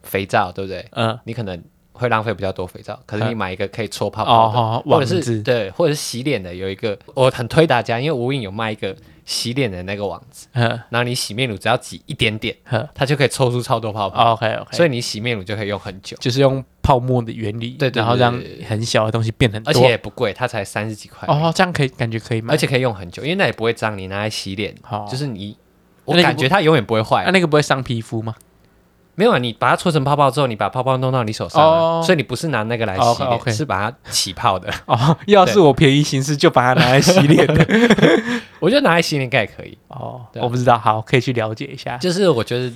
[SPEAKER 2] 肥皂，对不对？
[SPEAKER 1] 嗯，
[SPEAKER 2] 你可能会浪费比较多肥皂，可是你买一个可以搓泡
[SPEAKER 1] 哦，
[SPEAKER 2] 泡的，
[SPEAKER 1] 好，
[SPEAKER 2] 或
[SPEAKER 1] 网
[SPEAKER 2] 者是
[SPEAKER 1] 子，
[SPEAKER 2] 对，或者是洗脸的有一个，我很推大家，因为无印有卖一个洗脸的那个网子，
[SPEAKER 1] 嗯。
[SPEAKER 2] 然后你洗面乳只要挤一点点
[SPEAKER 1] 呵，哦
[SPEAKER 2] 它就可以抽出超多泡泡，
[SPEAKER 1] OK OK，
[SPEAKER 2] 所
[SPEAKER 1] 所以
[SPEAKER 2] 以你洗面乳就可以用很久，
[SPEAKER 1] 就是用泡沫的原理，
[SPEAKER 2] 对对对
[SPEAKER 1] 然后让
[SPEAKER 2] 对对
[SPEAKER 1] 很小的东西变很多，
[SPEAKER 2] 而且也不贵，它才三十几块，
[SPEAKER 1] 哦，这样可以感觉可以买，
[SPEAKER 2] 而且可以用很久，因为那也不会脏，你拿来洗脸，
[SPEAKER 1] 好，
[SPEAKER 2] 就是你，
[SPEAKER 1] 那
[SPEAKER 2] 我
[SPEAKER 1] 那个
[SPEAKER 2] 感觉它永远不会
[SPEAKER 1] 那
[SPEAKER 2] 坏。
[SPEAKER 1] 那个不会伤皮肤吗？
[SPEAKER 2] 没有啊，你把它搓成泡泡之后，你把泡泡弄到你手上
[SPEAKER 1] 哦
[SPEAKER 2] 啊，所以你不是拿那个来洗
[SPEAKER 1] 哦，OK
[SPEAKER 2] 脸，是把它起泡的。
[SPEAKER 1] 哦， 要是我便宜行事就把它拿来洗脸 的，
[SPEAKER 2] 我觉得拿来洗脸应该也可以。
[SPEAKER 1] 哦，
[SPEAKER 2] 对啊
[SPEAKER 1] 我不知道，好，可以去了解一下，
[SPEAKER 2] 就是我觉得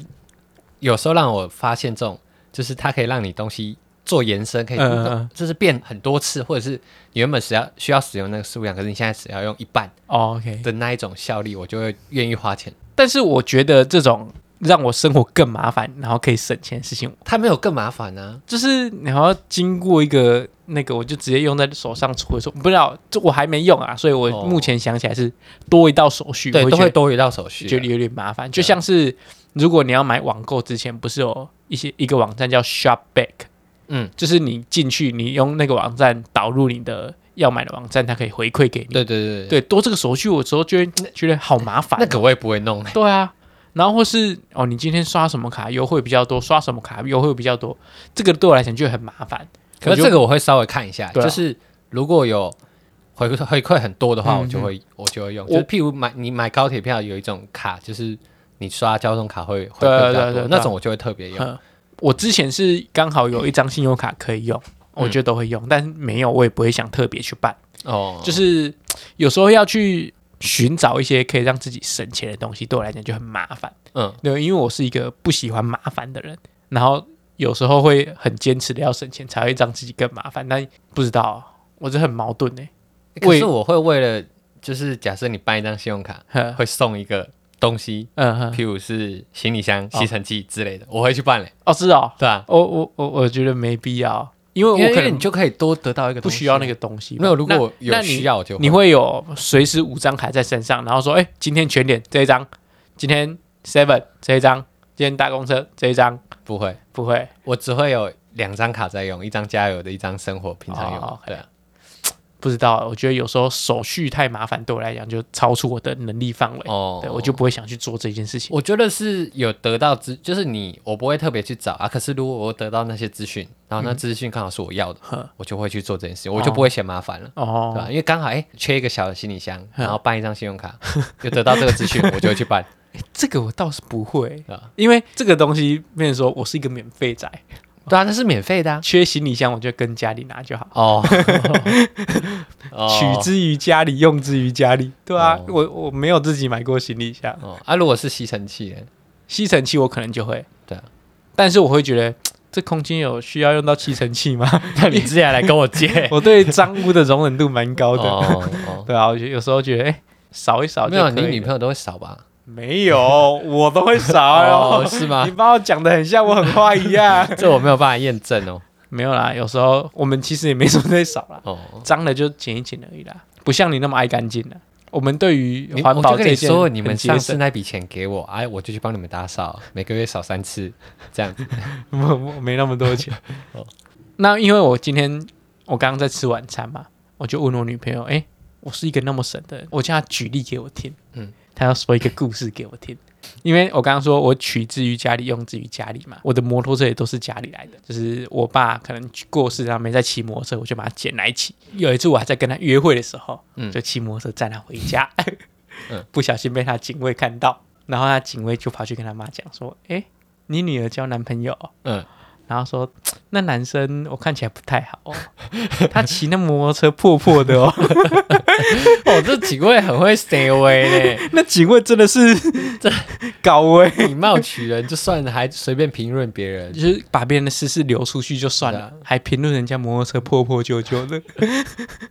[SPEAKER 2] 有时候让我发现这种，就是它可以让你东西做延伸，可以、
[SPEAKER 1] 嗯嗯嗯
[SPEAKER 2] 就是变很多次，或者是你原本是要需要使用那个数量，可是你现在只要用一半
[SPEAKER 1] 哦，OK，
[SPEAKER 2] 的那一种效力，我就会愿意花钱。
[SPEAKER 1] 但是我觉得这种让我生活更麻烦，然后可以省钱的事情，
[SPEAKER 2] 它没有更麻烦啊呢、
[SPEAKER 1] 就是你还要经过一个那个，我就直接用在手上搓一搓，不知道这我还没用啊，所以我
[SPEAKER 2] 哦
[SPEAKER 1] 目前想起来是多一道手续，
[SPEAKER 2] 对，
[SPEAKER 1] 我
[SPEAKER 2] 都
[SPEAKER 1] 觉
[SPEAKER 2] 会
[SPEAKER 1] 得
[SPEAKER 2] 多一道手续啊、
[SPEAKER 1] 觉得有点麻烦。就像是如果你要买网购之前，不是有一些一个网站叫 Shopback，
[SPEAKER 2] 嗯，
[SPEAKER 1] 就是你进去，你用那个网站导入你的要买的网站，它可以回馈给你。
[SPEAKER 2] 对对对对
[SPEAKER 1] 对，多这个手续，我有时候就会觉得好麻烦。
[SPEAKER 2] 那个我也不会弄、欸。
[SPEAKER 1] 对啊，然后或是哦，你今天刷什么卡优惠比较多，刷什么卡优惠比较多，这个对我来讲就很麻烦。
[SPEAKER 2] 可是这个我会稍微看一下，
[SPEAKER 1] 对啊
[SPEAKER 2] 就是如果有回馈回馈很多的话，
[SPEAKER 1] 嗯
[SPEAKER 2] 我就会我就会用。
[SPEAKER 1] 我
[SPEAKER 2] 就是譬如买你买高铁票有一种卡，就是你刷交通卡会回
[SPEAKER 1] 对啊
[SPEAKER 2] 馈比较
[SPEAKER 1] 对啊对
[SPEAKER 2] 多
[SPEAKER 1] 啊，
[SPEAKER 2] 那种我就会特别用。
[SPEAKER 1] 嗯，我之前是刚好有一张信用卡可以用，我就都会用，但是没有我也不会想特别去办，
[SPEAKER 2] 哦，
[SPEAKER 1] 就是有时候要去寻找一些可以让自己省钱的东西，对我来讲就很麻烦。
[SPEAKER 2] 嗯，
[SPEAKER 1] 对，因为我是一个不喜欢麻烦的人，然后有时候会很坚持的要省钱，才会让自己更麻烦。但不知道啊，我这很矛盾欸呢、
[SPEAKER 2] 可
[SPEAKER 1] 为
[SPEAKER 2] 是我会为了就是假设你办一张信用卡，
[SPEAKER 1] 欸。
[SPEAKER 2] 会送一个东西，
[SPEAKER 1] 嗯哼，
[SPEAKER 2] 譬如是行李箱、吸尘器之类的，我会去办嘞，
[SPEAKER 1] 哦，是哦，
[SPEAKER 2] 对啊，
[SPEAKER 1] 我我我我觉得没必要，因为
[SPEAKER 2] 因为
[SPEAKER 1] 我可
[SPEAKER 2] 因为你
[SPEAKER 1] 能
[SPEAKER 2] 就可以多得到一个
[SPEAKER 1] 不
[SPEAKER 2] 东西
[SPEAKER 1] 需要那
[SPEAKER 2] 啊
[SPEAKER 1] 个东西吧。
[SPEAKER 2] 没有，如果
[SPEAKER 1] 那
[SPEAKER 2] 我有需要我就
[SPEAKER 1] 你
[SPEAKER 2] 会
[SPEAKER 1] 会有随时五张卡在身上，然后说，哎、今天全脸这一张，今天 Seven 这一张，今天大公车这一张，
[SPEAKER 2] 不会？
[SPEAKER 1] 不会，
[SPEAKER 2] 我只会有两张卡在用，一张加油的，一张生活平常用。
[SPEAKER 1] 哦，OK
[SPEAKER 2] 对啊，
[SPEAKER 1] 不知道。我觉得有时候手续太麻烦，对我来讲就超出我的能力范围，
[SPEAKER 2] 哦
[SPEAKER 1] 对我就不会想去做这件事情。
[SPEAKER 2] 我觉得是有得到资，就是你我不会特别去找啊。可是如果我得到那些资讯，然后那资讯刚好是我要的，
[SPEAKER 1] 嗯呵
[SPEAKER 2] 我就会去做这件事情，我就不会嫌麻烦了。对吧、
[SPEAKER 1] 哦，
[SPEAKER 2] 因为刚好哎、缺一个小的行李箱，然后办一张信用卡，就得到这个 资讯，我就会去办。
[SPEAKER 1] 这个我倒是不会
[SPEAKER 2] 啊，
[SPEAKER 1] 因为这个东西，变成说我是一个免费仔，
[SPEAKER 2] 对啊，那是免费的、啊、
[SPEAKER 1] 缺行李箱我就跟家里拿就好。
[SPEAKER 2] 哦。
[SPEAKER 1] 取之于家里，用之于家里。对啊，
[SPEAKER 2] 哦
[SPEAKER 1] 我我没有自己买过行李箱，
[SPEAKER 2] 哦啊，如果是吸尘器呢，
[SPEAKER 1] 吸尘器我可能就会，
[SPEAKER 2] 对啊，
[SPEAKER 1] 但是我会觉得这空间有需要用到吸尘器吗？
[SPEAKER 2] 那你接下来跟我借
[SPEAKER 1] 我对脏污的容忍度蛮高的，
[SPEAKER 2] 哦哦，
[SPEAKER 1] 对啊，我觉得有时候觉得哎、扫一扫
[SPEAKER 2] 没
[SPEAKER 1] 就
[SPEAKER 2] 有，
[SPEAKER 1] 可以
[SPEAKER 2] 你女
[SPEAKER 1] 了
[SPEAKER 2] 朋友都会扫吧？
[SPEAKER 1] 没有， 我都会扫哟、
[SPEAKER 2] 哦，是吗
[SPEAKER 1] 你？把我讲的很像我很坏一样，
[SPEAKER 2] 这我没有办法验证哦。
[SPEAKER 1] 没有啦，有时候我们其实也没什么在扫啦，
[SPEAKER 2] 哦，
[SPEAKER 1] 脏了就捡一捡而已啦，不像你那么爱干净啦。我们对于
[SPEAKER 2] 你
[SPEAKER 1] 环
[SPEAKER 2] 我
[SPEAKER 1] 保
[SPEAKER 2] 就跟
[SPEAKER 1] 这
[SPEAKER 2] 你
[SPEAKER 1] 件
[SPEAKER 2] 说，你们
[SPEAKER 1] 很节
[SPEAKER 2] 上
[SPEAKER 1] 省
[SPEAKER 2] 次那笔钱给我，哎，我就去帮你们打扫，每个月扫三次，这样子。
[SPEAKER 1] 我我没那么多钱
[SPEAKER 2] 哦。
[SPEAKER 1] 那因为我今天我刚刚在吃晚餐嘛，我就问我女朋友，哎、我是一个那么省的人，我叫她举例给我听，嗯
[SPEAKER 2] 嗯，
[SPEAKER 1] 她要说一个故事给我听。因为我刚刚说我取之于家里，用之于家里嘛，我的摩托车也都是家里来的，就是我爸可能过世，然后没在骑摩托车，我就把它捡来骑。有一次我还在跟他约会的时候，
[SPEAKER 2] 嗯
[SPEAKER 1] 就骑摩托车载他回家，
[SPEAKER 2] 嗯
[SPEAKER 1] 不小心被他警卫看到，然后他警卫就跑去跟他妈讲说：“哎、你女儿交男朋友哦、
[SPEAKER 2] 嗯，
[SPEAKER 1] 然后说那男生我看起来不太好哦， 他骑那摩托车破破的哦，
[SPEAKER 2] 哦，这几位很会 stay away 呢。
[SPEAKER 1] 那警卫真的是这 搞欸威，
[SPEAKER 2] 以貌取人就算了，还随便评论别人
[SPEAKER 1] 就。是把别人的私事流出去就算了，还评论人家摩托车破破旧旧的，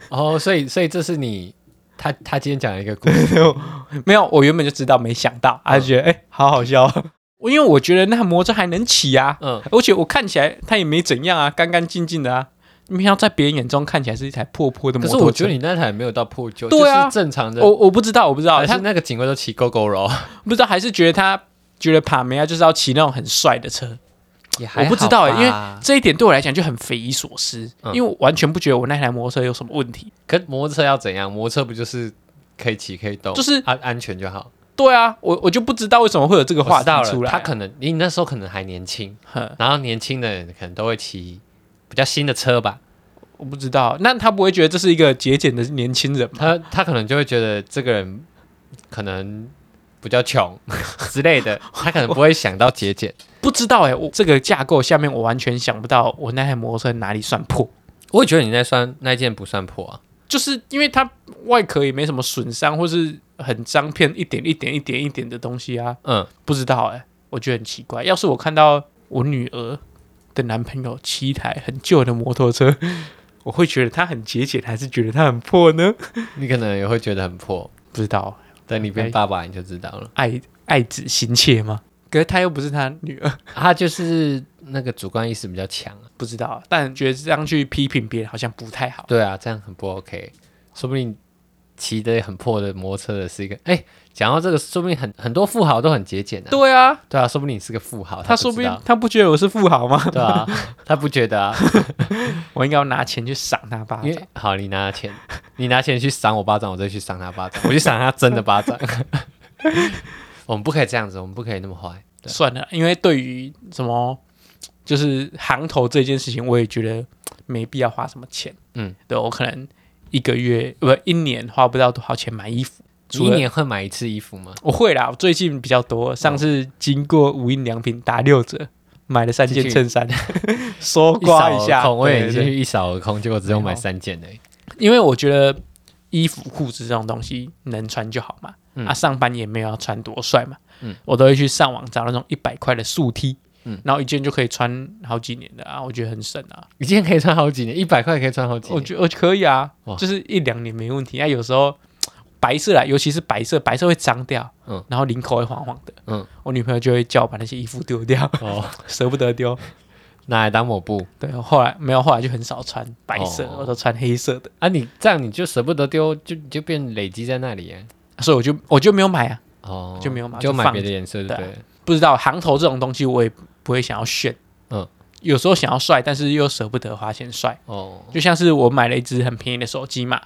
[SPEAKER 2] 哦，所以所以这是你，他他今天讲了一个故 事。
[SPEAKER 1] 没有，我原本就知道，没想到，他就觉得哎、好好笑哦，我 因为我觉得那摩托车还能骑啊，
[SPEAKER 2] 嗯，
[SPEAKER 1] 而且我看起来他也没怎样啊，干干净净的啊，没想到在别人眼中看起来是一台破破的
[SPEAKER 2] 可
[SPEAKER 1] 摩
[SPEAKER 2] 是
[SPEAKER 1] 托车。
[SPEAKER 2] 我觉得你那台没有到破旧，
[SPEAKER 1] 对啊
[SPEAKER 2] 就是正常的。
[SPEAKER 1] 我我不知道，我不知道，
[SPEAKER 2] 还
[SPEAKER 1] 他
[SPEAKER 2] 哦是那个警卫都骑狗狗肉，
[SPEAKER 1] 不知道还是觉得他觉得帕梅亚就是要骑那种很帅的车，
[SPEAKER 2] 也还
[SPEAKER 1] 我不知道、欸，
[SPEAKER 2] 好吧
[SPEAKER 1] 因为这一点对我来讲就很匪夷所思，
[SPEAKER 2] 嗯
[SPEAKER 1] 因为我完全不觉得我那台摩托车有什么问题。
[SPEAKER 2] 可摩托车要怎样？摩托车不就是可以骑可以动，
[SPEAKER 1] 就是
[SPEAKER 2] 安安全就好。
[SPEAKER 1] 对啊，我我就不知道为什么会有这个
[SPEAKER 2] 我
[SPEAKER 1] 话
[SPEAKER 2] 知道
[SPEAKER 1] 题
[SPEAKER 2] 了
[SPEAKER 1] 出，来。
[SPEAKER 2] 他可能你那时候可能还年轻，
[SPEAKER 1] 哼，
[SPEAKER 2] 然后年轻的人可能都会骑比较新的车吧，
[SPEAKER 1] 我不知道，那他不会觉得这是一个节俭的年轻人吗？
[SPEAKER 2] 他他可能就会觉得这个人可能比较穷 之类的，他可能不会想到节俭。
[SPEAKER 1] 不知道哎、我这个架构下面我完全想不到我那台摩托车哪里算破，
[SPEAKER 2] 我也觉得你那算那件不算破啊，
[SPEAKER 1] 就是因为它外壳也没什么损伤，或是很脏片一点一点一点一点的东西啊。
[SPEAKER 2] 嗯，
[SPEAKER 1] 不知道哎、我觉得很奇怪。要是我看到我女儿的男朋友骑一台很旧的摩托车， 我会觉得他很节俭，还是觉得他很破呢？
[SPEAKER 2] 你可能也会觉得很破。
[SPEAKER 1] 不知道，
[SPEAKER 2] 等你变爸爸你就知道了。
[SPEAKER 1] 爱爱子心切吗？可是她又不是他女儿，
[SPEAKER 2] 他就是那个主观意识比较强啊。
[SPEAKER 1] 不知道，但觉得这样去批评别人好像不太好。
[SPEAKER 2] 对啊，这样很不 OK。说不定骑的很破的摩托车的是一个，哎、讲到这个，说不定很很多富豪都很节俭的、啊。
[SPEAKER 1] 对啊，
[SPEAKER 2] 对啊，说不定你是个富豪，
[SPEAKER 1] 他
[SPEAKER 2] 不
[SPEAKER 1] 说
[SPEAKER 2] 知
[SPEAKER 1] 不定
[SPEAKER 2] 道
[SPEAKER 1] 他不觉得我是富豪吗？
[SPEAKER 2] 对啊，他不觉得啊，
[SPEAKER 1] 我应该要拿钱去赏他巴
[SPEAKER 2] 因
[SPEAKER 1] 掌。
[SPEAKER 2] 为好，你拿钱，你拿钱去赏我巴掌，我再去赏他巴掌，我去赏他真的巴掌。 我们不可以这样子，我们不可以那么坏。对
[SPEAKER 1] 算了，因为对于什么就是行头这件事情，我也觉得没必要花什么钱。
[SPEAKER 2] 嗯，
[SPEAKER 1] 对我可能一个月不一年花不到多少钱买衣服，
[SPEAKER 2] 你
[SPEAKER 1] 除
[SPEAKER 2] 一
[SPEAKER 1] 了
[SPEAKER 2] 年会买一次衣服吗？
[SPEAKER 1] 我会啦，我最近比较多。上次经过无印良品打六折，买了三件
[SPEAKER 2] 进去
[SPEAKER 1] 衬衫， 搜刮一下。
[SPEAKER 2] 扫而空，我
[SPEAKER 1] 对
[SPEAKER 2] 也
[SPEAKER 1] 对
[SPEAKER 2] 进
[SPEAKER 1] 对
[SPEAKER 2] 去一扫而空，结果只有
[SPEAKER 1] 没
[SPEAKER 2] 买
[SPEAKER 1] 有
[SPEAKER 2] 三件而已。
[SPEAKER 1] 因为我觉得衣服、裤子这种东西能穿就好嘛。
[SPEAKER 2] 嗯
[SPEAKER 1] 啊，上班也没有要穿多帅嘛。
[SPEAKER 2] 嗯
[SPEAKER 1] 我都会去上网找那种一百块的素 T，
[SPEAKER 2] 嗯
[SPEAKER 1] 然后一件就可以穿好几年的啊，我觉得很省啊。
[SPEAKER 2] 一件可以穿好几年，一百块可以穿好几
[SPEAKER 1] 我
[SPEAKER 2] 年。
[SPEAKER 1] 觉得我可以啊
[SPEAKER 2] 哇，
[SPEAKER 1] 就是一两年没问题。啊，有时候白色啦，尤其是白色，白色会脏掉，
[SPEAKER 2] 嗯
[SPEAKER 1] 然后领口会黄黄的，
[SPEAKER 2] 嗯
[SPEAKER 1] 我女朋友就会叫我把那些衣服丢掉，
[SPEAKER 2] 哦，
[SPEAKER 1] 舍不得丢。
[SPEAKER 2] 拿来当抹布
[SPEAKER 1] 对，后来没有，后来就很少穿白色，
[SPEAKER 2] 哦
[SPEAKER 1] 我都穿黑色的，
[SPEAKER 2] 啊！你这样你就舍不得丢，就就变累积在那里耶。
[SPEAKER 1] 所以我就我就没有买啊。
[SPEAKER 2] 哦，
[SPEAKER 1] 就没有买
[SPEAKER 2] 就
[SPEAKER 1] 就
[SPEAKER 2] 买
[SPEAKER 1] 放
[SPEAKER 2] 别的
[SPEAKER 1] 着
[SPEAKER 2] 颜色，对不
[SPEAKER 1] 对啊
[SPEAKER 2] 对？
[SPEAKER 1] 不知道行头这种东西，我也不会想要炫。
[SPEAKER 2] 嗯
[SPEAKER 1] 嗯，有时候想要帅，但是又舍不得花钱帅。
[SPEAKER 2] 哦，
[SPEAKER 1] 就像是我买了一只很便宜的手机嘛，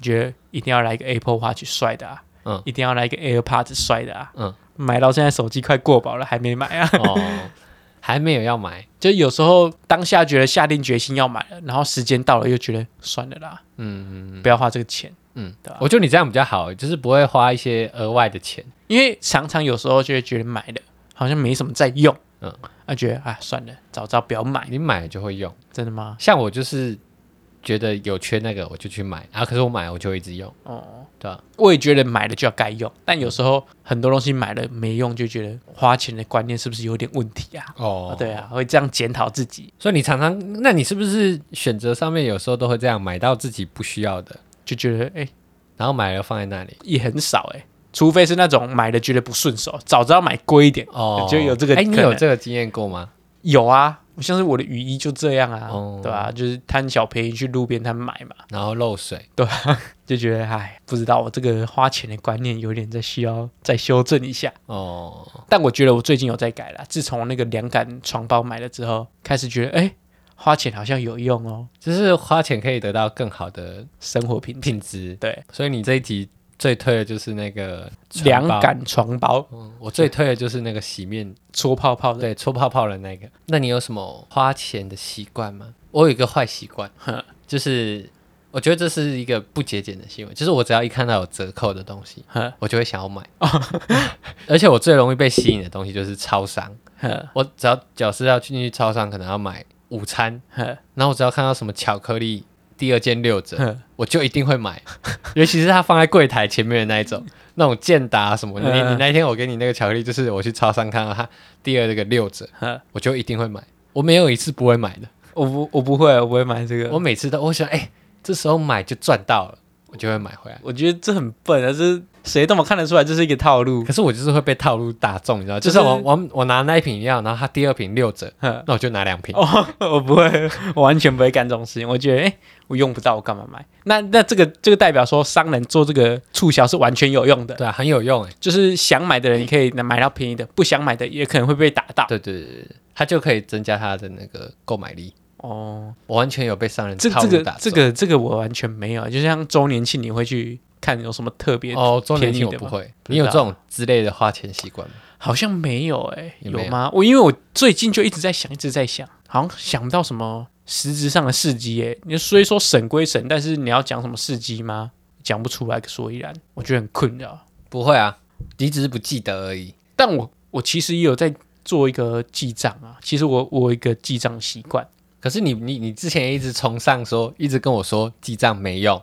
[SPEAKER 1] 觉得一定要来一个 Apple Watch 帅的啊，
[SPEAKER 2] 嗯
[SPEAKER 1] 一定要来一个 AirPods 帅的啊。
[SPEAKER 2] 嗯
[SPEAKER 1] 嗯，买到现在手机快过保了，还没买啊。
[SPEAKER 2] 哦，还没有要买，
[SPEAKER 1] 就有时候当下觉得下定决心要买了，然后时间到了又觉得算了啦，
[SPEAKER 2] 嗯，
[SPEAKER 1] 不要花这个钱。
[SPEAKER 2] 嗯
[SPEAKER 1] 嗯，对吧？
[SPEAKER 2] 我觉得你这样比较好，就是不会花一些额外的钱。
[SPEAKER 1] 因为常常有时候就会觉得买了好像没什么在用，
[SPEAKER 2] 嗯
[SPEAKER 1] 嗯，啊觉得啊算了，早知道不要买，
[SPEAKER 2] 你买了就会用，
[SPEAKER 1] 真的吗？
[SPEAKER 2] 像我就是觉得有缺那个我就去买啊，可是我买了我就会一直用，
[SPEAKER 1] 哦，
[SPEAKER 2] 对啊
[SPEAKER 1] 我也觉得买了就要该用，但有时候很多东西买了没用，就觉得花钱的观念是不是有点问题啊？啊
[SPEAKER 2] 哦
[SPEAKER 1] 对啊，会这样检讨自己，
[SPEAKER 2] 所以你常常，那你是不是选择上面有时候都会这样买到自己不需要的，
[SPEAKER 1] 就觉得哎、
[SPEAKER 2] 然后买了放在那里？
[SPEAKER 1] 也很少哎、除非是那种买了觉得不顺手，早知道买贵一点。
[SPEAKER 2] 哦
[SPEAKER 1] 就有这个
[SPEAKER 2] 哎，你
[SPEAKER 1] 可
[SPEAKER 2] 有
[SPEAKER 1] 能
[SPEAKER 2] 这个经验过吗？
[SPEAKER 1] 有啊，像是我的雨衣就这样啊，
[SPEAKER 2] 哦
[SPEAKER 1] 对吧、就是贪小便宜去路边摊买嘛，
[SPEAKER 2] 然后漏水，
[SPEAKER 1] 就觉得哎，不知道我这个花钱的观念有点在需要再修正一下。
[SPEAKER 2] 哦，
[SPEAKER 1] 但我觉得我最近有在改了，自从那个凉感床包买了之后，开始觉得哎、花钱好像有用哦，
[SPEAKER 2] 就是花钱可以得到更好的
[SPEAKER 1] 生活品质。
[SPEAKER 2] 品质。
[SPEAKER 1] 对，
[SPEAKER 2] 所以你这一集最推的就是那个床
[SPEAKER 1] 凉
[SPEAKER 2] 包，
[SPEAKER 1] 感床包
[SPEAKER 2] 嗯我最推的就是那个洗面，
[SPEAKER 1] 搓泡泡的，
[SPEAKER 2] 对，搓泡泡的那个。那你有什么花钱的习惯吗？我有一个坏习惯， 就是我觉得这是一个不节俭的行为，就是我只要一看到有折扣的东西，
[SPEAKER 1] 呵
[SPEAKER 2] 我就会想要买。 而且我最容易被吸引的东西就是超商，
[SPEAKER 1] 呵
[SPEAKER 2] 我只要假设要进去超商，可能要买午餐，
[SPEAKER 1] 呵
[SPEAKER 2] 然后我只要看到什么巧克力第二件六折，
[SPEAKER 1] 呵，
[SPEAKER 2] 我就一定会买， 尤其是它放在柜台前面的那一种，那种健达什么，你
[SPEAKER 1] 嗯
[SPEAKER 2] 你那天我给你那个巧克力，就是我去超商看到它第二这个六折
[SPEAKER 1] 嗯，
[SPEAKER 2] 我就一定会买，我没有一次不会买的，
[SPEAKER 1] 我不我不会，我不会买这个。
[SPEAKER 2] 我
[SPEAKER 1] 我
[SPEAKER 2] 每次都我想，哎、这时候买就赚到了，我就会买回来。
[SPEAKER 1] 我觉得这很笨啊，这谁都能看得出来这是一个套路
[SPEAKER 2] 可。是我就是会被套路打中，你知道，就
[SPEAKER 1] 就是
[SPEAKER 2] 是我我我拿那一瓶饮料，然后它第二瓶六折，
[SPEAKER 1] 呵
[SPEAKER 2] 那我就拿两瓶。
[SPEAKER 1] 哦，我不会，我完全不会干这种事情。我觉得，哎、我用不到，我干嘛买？那那这个这个代表说，商人做这个促销是完全有用的，
[SPEAKER 2] 对啊，很有用哎、
[SPEAKER 1] 就是想买的人你可以买到便宜的，不想买的也可能会被打到。
[SPEAKER 2] 对对对对，对它就可以增加它的那个购买力。
[SPEAKER 1] 哦，
[SPEAKER 2] 我完全有被商人
[SPEAKER 1] 这
[SPEAKER 2] 套
[SPEAKER 1] 这
[SPEAKER 2] 路
[SPEAKER 1] 个
[SPEAKER 2] 打中。
[SPEAKER 1] 这个这个我完全没有，就像周年庆你会去看有什么特别，
[SPEAKER 2] 哦，周年庆我
[SPEAKER 1] 便宜
[SPEAKER 2] 不
[SPEAKER 1] 的吗
[SPEAKER 2] 会。
[SPEAKER 1] 不知道
[SPEAKER 2] 你有这种之类的花钱习惯吗？
[SPEAKER 1] 好像没有哎、
[SPEAKER 2] 也
[SPEAKER 1] 有
[SPEAKER 2] 没有
[SPEAKER 1] 吗？我因为我最近就一直在想，一直在想，好像想不到什么实质上的事迹哎、你虽说省归省，但是你要讲什么事迹吗？讲不出来个所以然，我觉得很困扰。
[SPEAKER 2] 不会啊，你只是不记得而已。
[SPEAKER 1] 但我我其实也有在做一个记账啊，其实我我有一个记账习惯，
[SPEAKER 2] 可是你你你之前也一直崇尚说，一直跟我说记账没用，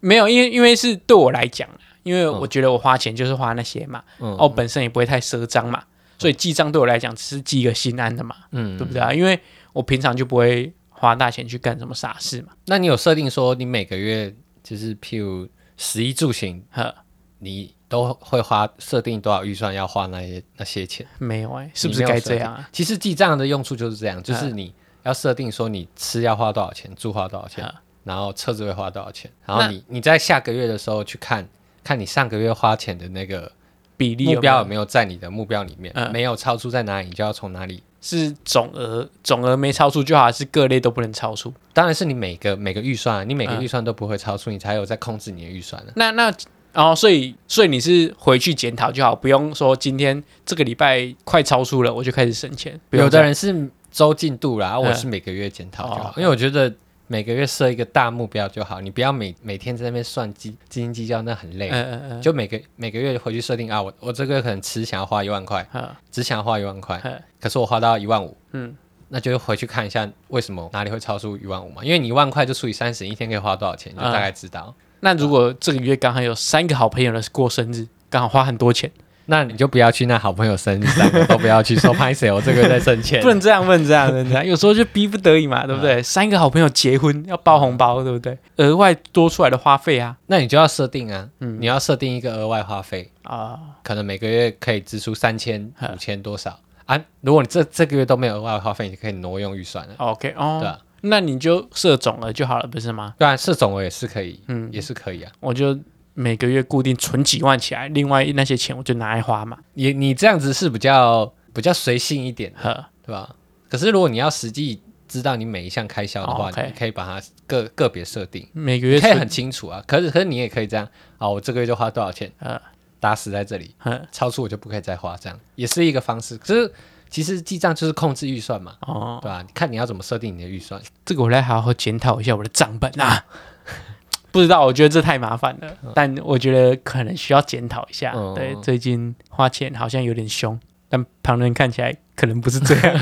[SPEAKER 1] 没有，因为因为是对我来讲啊，因为我觉得我花钱就是花那些嘛，
[SPEAKER 2] 嗯，
[SPEAKER 1] 哦，本身也不会太奢张嘛，所以记账对我来讲只是记一个心安的嘛，
[SPEAKER 2] 嗯
[SPEAKER 1] 对不对啊？因为我平常就不会花大钱去干什么傻事嘛，
[SPEAKER 2] 那你有设定说你每个月就是譬如十一住行，
[SPEAKER 1] 呵，
[SPEAKER 2] 你都会花设定多少预算要花那些那些钱，
[SPEAKER 1] 没有哎、是不
[SPEAKER 2] 你
[SPEAKER 1] 是
[SPEAKER 2] 没有
[SPEAKER 1] 该这
[SPEAKER 2] 设定
[SPEAKER 1] 样啊？？
[SPEAKER 2] 其实记账的用处就是这样，就是
[SPEAKER 1] 嗯
[SPEAKER 2] 你要设定说你吃要花多少钱，住花多少钱，
[SPEAKER 1] 嗯
[SPEAKER 2] 然后车子会花多少钱，然后
[SPEAKER 1] 那
[SPEAKER 2] 你你在下个月的时候去看看你上个月花钱的那个
[SPEAKER 1] 比例有没有
[SPEAKER 2] 目标有没有在你的目标里面，
[SPEAKER 1] 嗯
[SPEAKER 2] 没有超出在哪里，你就要从哪里。
[SPEAKER 1] 是总额，总额没超出就好，还是各类都不能超出？
[SPEAKER 2] 当然是你每个每个预算啊、你每个
[SPEAKER 1] 嗯
[SPEAKER 2] 预算都不会超出，你才有在控制你的预算啊呢、
[SPEAKER 1] 那那哦，所以所以你是回去检讨就好，不用说今天这个礼拜快超出了，我就开始省钱。不用
[SPEAKER 2] 有
[SPEAKER 1] 这
[SPEAKER 2] 的
[SPEAKER 1] 样
[SPEAKER 2] 人是周进度啦，啊我
[SPEAKER 1] 嗯
[SPEAKER 2] 是每个月检讨就好，
[SPEAKER 1] 哦
[SPEAKER 2] 因为我觉得每个月设一个大目标就好，你不要每每天在那边算计斤斤计较，那很累。
[SPEAKER 1] 嗯嗯嗯，
[SPEAKER 2] 就每个每个月回去设定啊，我我这个月可能只想要花一万块，
[SPEAKER 1] 嗯
[SPEAKER 2] 只想要花一万块，
[SPEAKER 1] 嗯
[SPEAKER 2] 可是我花到一万五，
[SPEAKER 1] 嗯，
[SPEAKER 2] 那就回去看一下为什么哪里会超出一万五嘛，因为你一万块就除以三十，一天可以花多少钱，你就大
[SPEAKER 1] 啊
[SPEAKER 2] 概知道。
[SPEAKER 1] 那如果这个月刚好有三个好朋友的过生日，刚好花很多钱，
[SPEAKER 2] 那你就不要去那好朋友生日，三个都不要去，说拍谁我这个月在挣 钱，
[SPEAKER 1] 不能这样，不能这样，不能这样。 有时候就逼不得已嘛，对不啊对？三个好朋友结婚要包红包，对不对？额外多出来的花费啊
[SPEAKER 2] 那你就要设定啊，你要设定一个额外花费，
[SPEAKER 1] 嗯啊，
[SPEAKER 2] 可能每个月可以支出三千、
[SPEAKER 1] 嗯
[SPEAKER 2] 五千多少啊？如果你这这个月都没有额外花费，你就可以挪用预算了，
[SPEAKER 1] OK
[SPEAKER 2] 对
[SPEAKER 1] 哦
[SPEAKER 2] 啊。
[SPEAKER 1] 那你就设总额就好了，不是吗？
[SPEAKER 2] 对啊，这种我也是可以，嗯，也是可以啊。
[SPEAKER 1] 我就每个月固定存几万起来，另外那些钱我就拿来花嘛。
[SPEAKER 2] 你你这样子是比较比较随性一点，
[SPEAKER 1] 呵，
[SPEAKER 2] 对吧？可是如果你要实际知道你每一项开销的话，
[SPEAKER 1] 哦，OK
[SPEAKER 2] 你可以把它个个别设定，
[SPEAKER 1] 每个
[SPEAKER 2] 你
[SPEAKER 1] 月
[SPEAKER 2] 可以
[SPEAKER 1] 存
[SPEAKER 2] 很清楚啊。可是可是你也可以这样啊，我这个月就花多少钱，
[SPEAKER 1] 呃
[SPEAKER 2] 打死在这里，
[SPEAKER 1] 呵
[SPEAKER 2] 超出我就不可以再花，这样也是一个方式。可是其实记账就是控制预算嘛，
[SPEAKER 1] 哦，
[SPEAKER 2] 对吧、看你要怎么设定你的预算。
[SPEAKER 1] 这个我来好好检讨一下我的账本啊。 不知道，我觉得这太麻烦了，但我觉得可能需要检讨一下。
[SPEAKER 2] 嗯
[SPEAKER 1] 对，最近花钱好像有点凶，但旁人看起来可能不是这 样，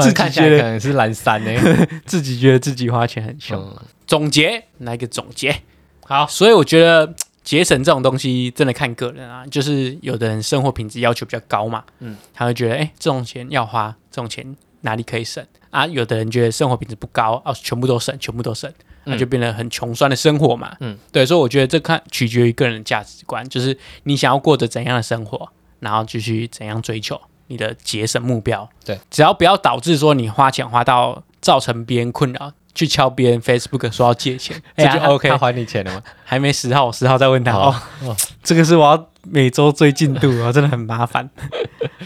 [SPEAKER 1] 自己
[SPEAKER 2] 看起来
[SPEAKER 1] 觉得
[SPEAKER 2] 可能是蓝山呢、
[SPEAKER 1] 自己觉得自己花钱很凶。
[SPEAKER 2] 嗯，
[SPEAKER 1] 总结，来个总结。好，所以我觉得节省这种东西真的看个人啊，就是有的人生活品质要求比较高嘛，嗯，他会觉得哎、诶这种钱要花，这种钱哪里可以省啊？有的人觉得生活品质不高啊，全部都省，全部都省，那、
[SPEAKER 2] 嗯
[SPEAKER 1] 就变得很穷酸的生活嘛，
[SPEAKER 2] 嗯
[SPEAKER 1] 嗯，对，所以我觉得这看取决于个人的价值观，就是你想要过着怎样的生活，然后就去怎样追求你的节省目标。
[SPEAKER 2] 对，
[SPEAKER 1] 只要不要导致说你花钱花到造成别人困扰，去敲别人 Facebook 说要借 钱，
[SPEAKER 2] 这
[SPEAKER 1] 这
[SPEAKER 2] 就
[SPEAKER 1] 就 OK
[SPEAKER 2] OK，哎他。还你钱了吗？
[SPEAKER 1] 还没十号，我十号再问他
[SPEAKER 2] 好
[SPEAKER 1] 哦。这个是我要每周追进度，哦，真的很麻 烦。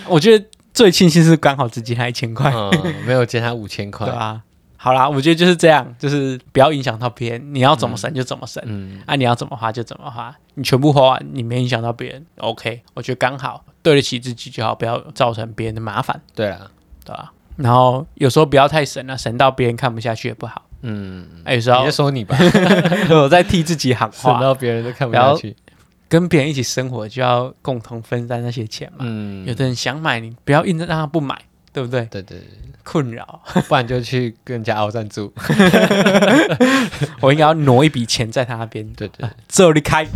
[SPEAKER 1] 我觉得最庆幸是刚好只借他一千块，
[SPEAKER 2] 嗯，没有借他五千块
[SPEAKER 1] 对，吧、好啦，我觉得就是这样，就是不要影响到别人，你要怎么省就怎么省。
[SPEAKER 2] 嗯，
[SPEAKER 1] 啊，你要怎么花就怎么花，你全部花完，你没影响到别人，OK，我觉得刚好对得起自己就好，不要造成别人的麻烦，
[SPEAKER 2] 对了，
[SPEAKER 1] 对吧？然后有时候不要太省了、啊省到别人看不下去也不好。
[SPEAKER 2] 嗯，
[SPEAKER 1] 啊、有时
[SPEAKER 2] 你
[SPEAKER 1] 候
[SPEAKER 2] 在说你吧，
[SPEAKER 1] 我在替自己喊
[SPEAKER 2] 省
[SPEAKER 1] 话，
[SPEAKER 2] 到别人都看不下去。
[SPEAKER 1] 跟别人一起生活就要共同分担那些钱嘛。
[SPEAKER 2] 嗯，
[SPEAKER 1] 有的人想买，你不要硬让他不买，对不 对？
[SPEAKER 2] 对对对，
[SPEAKER 1] 困扰，
[SPEAKER 2] 不然就去跟人家熬赞助。
[SPEAKER 1] 我应该要挪一笔钱在他那边，
[SPEAKER 2] 对对，
[SPEAKER 1] 这里开。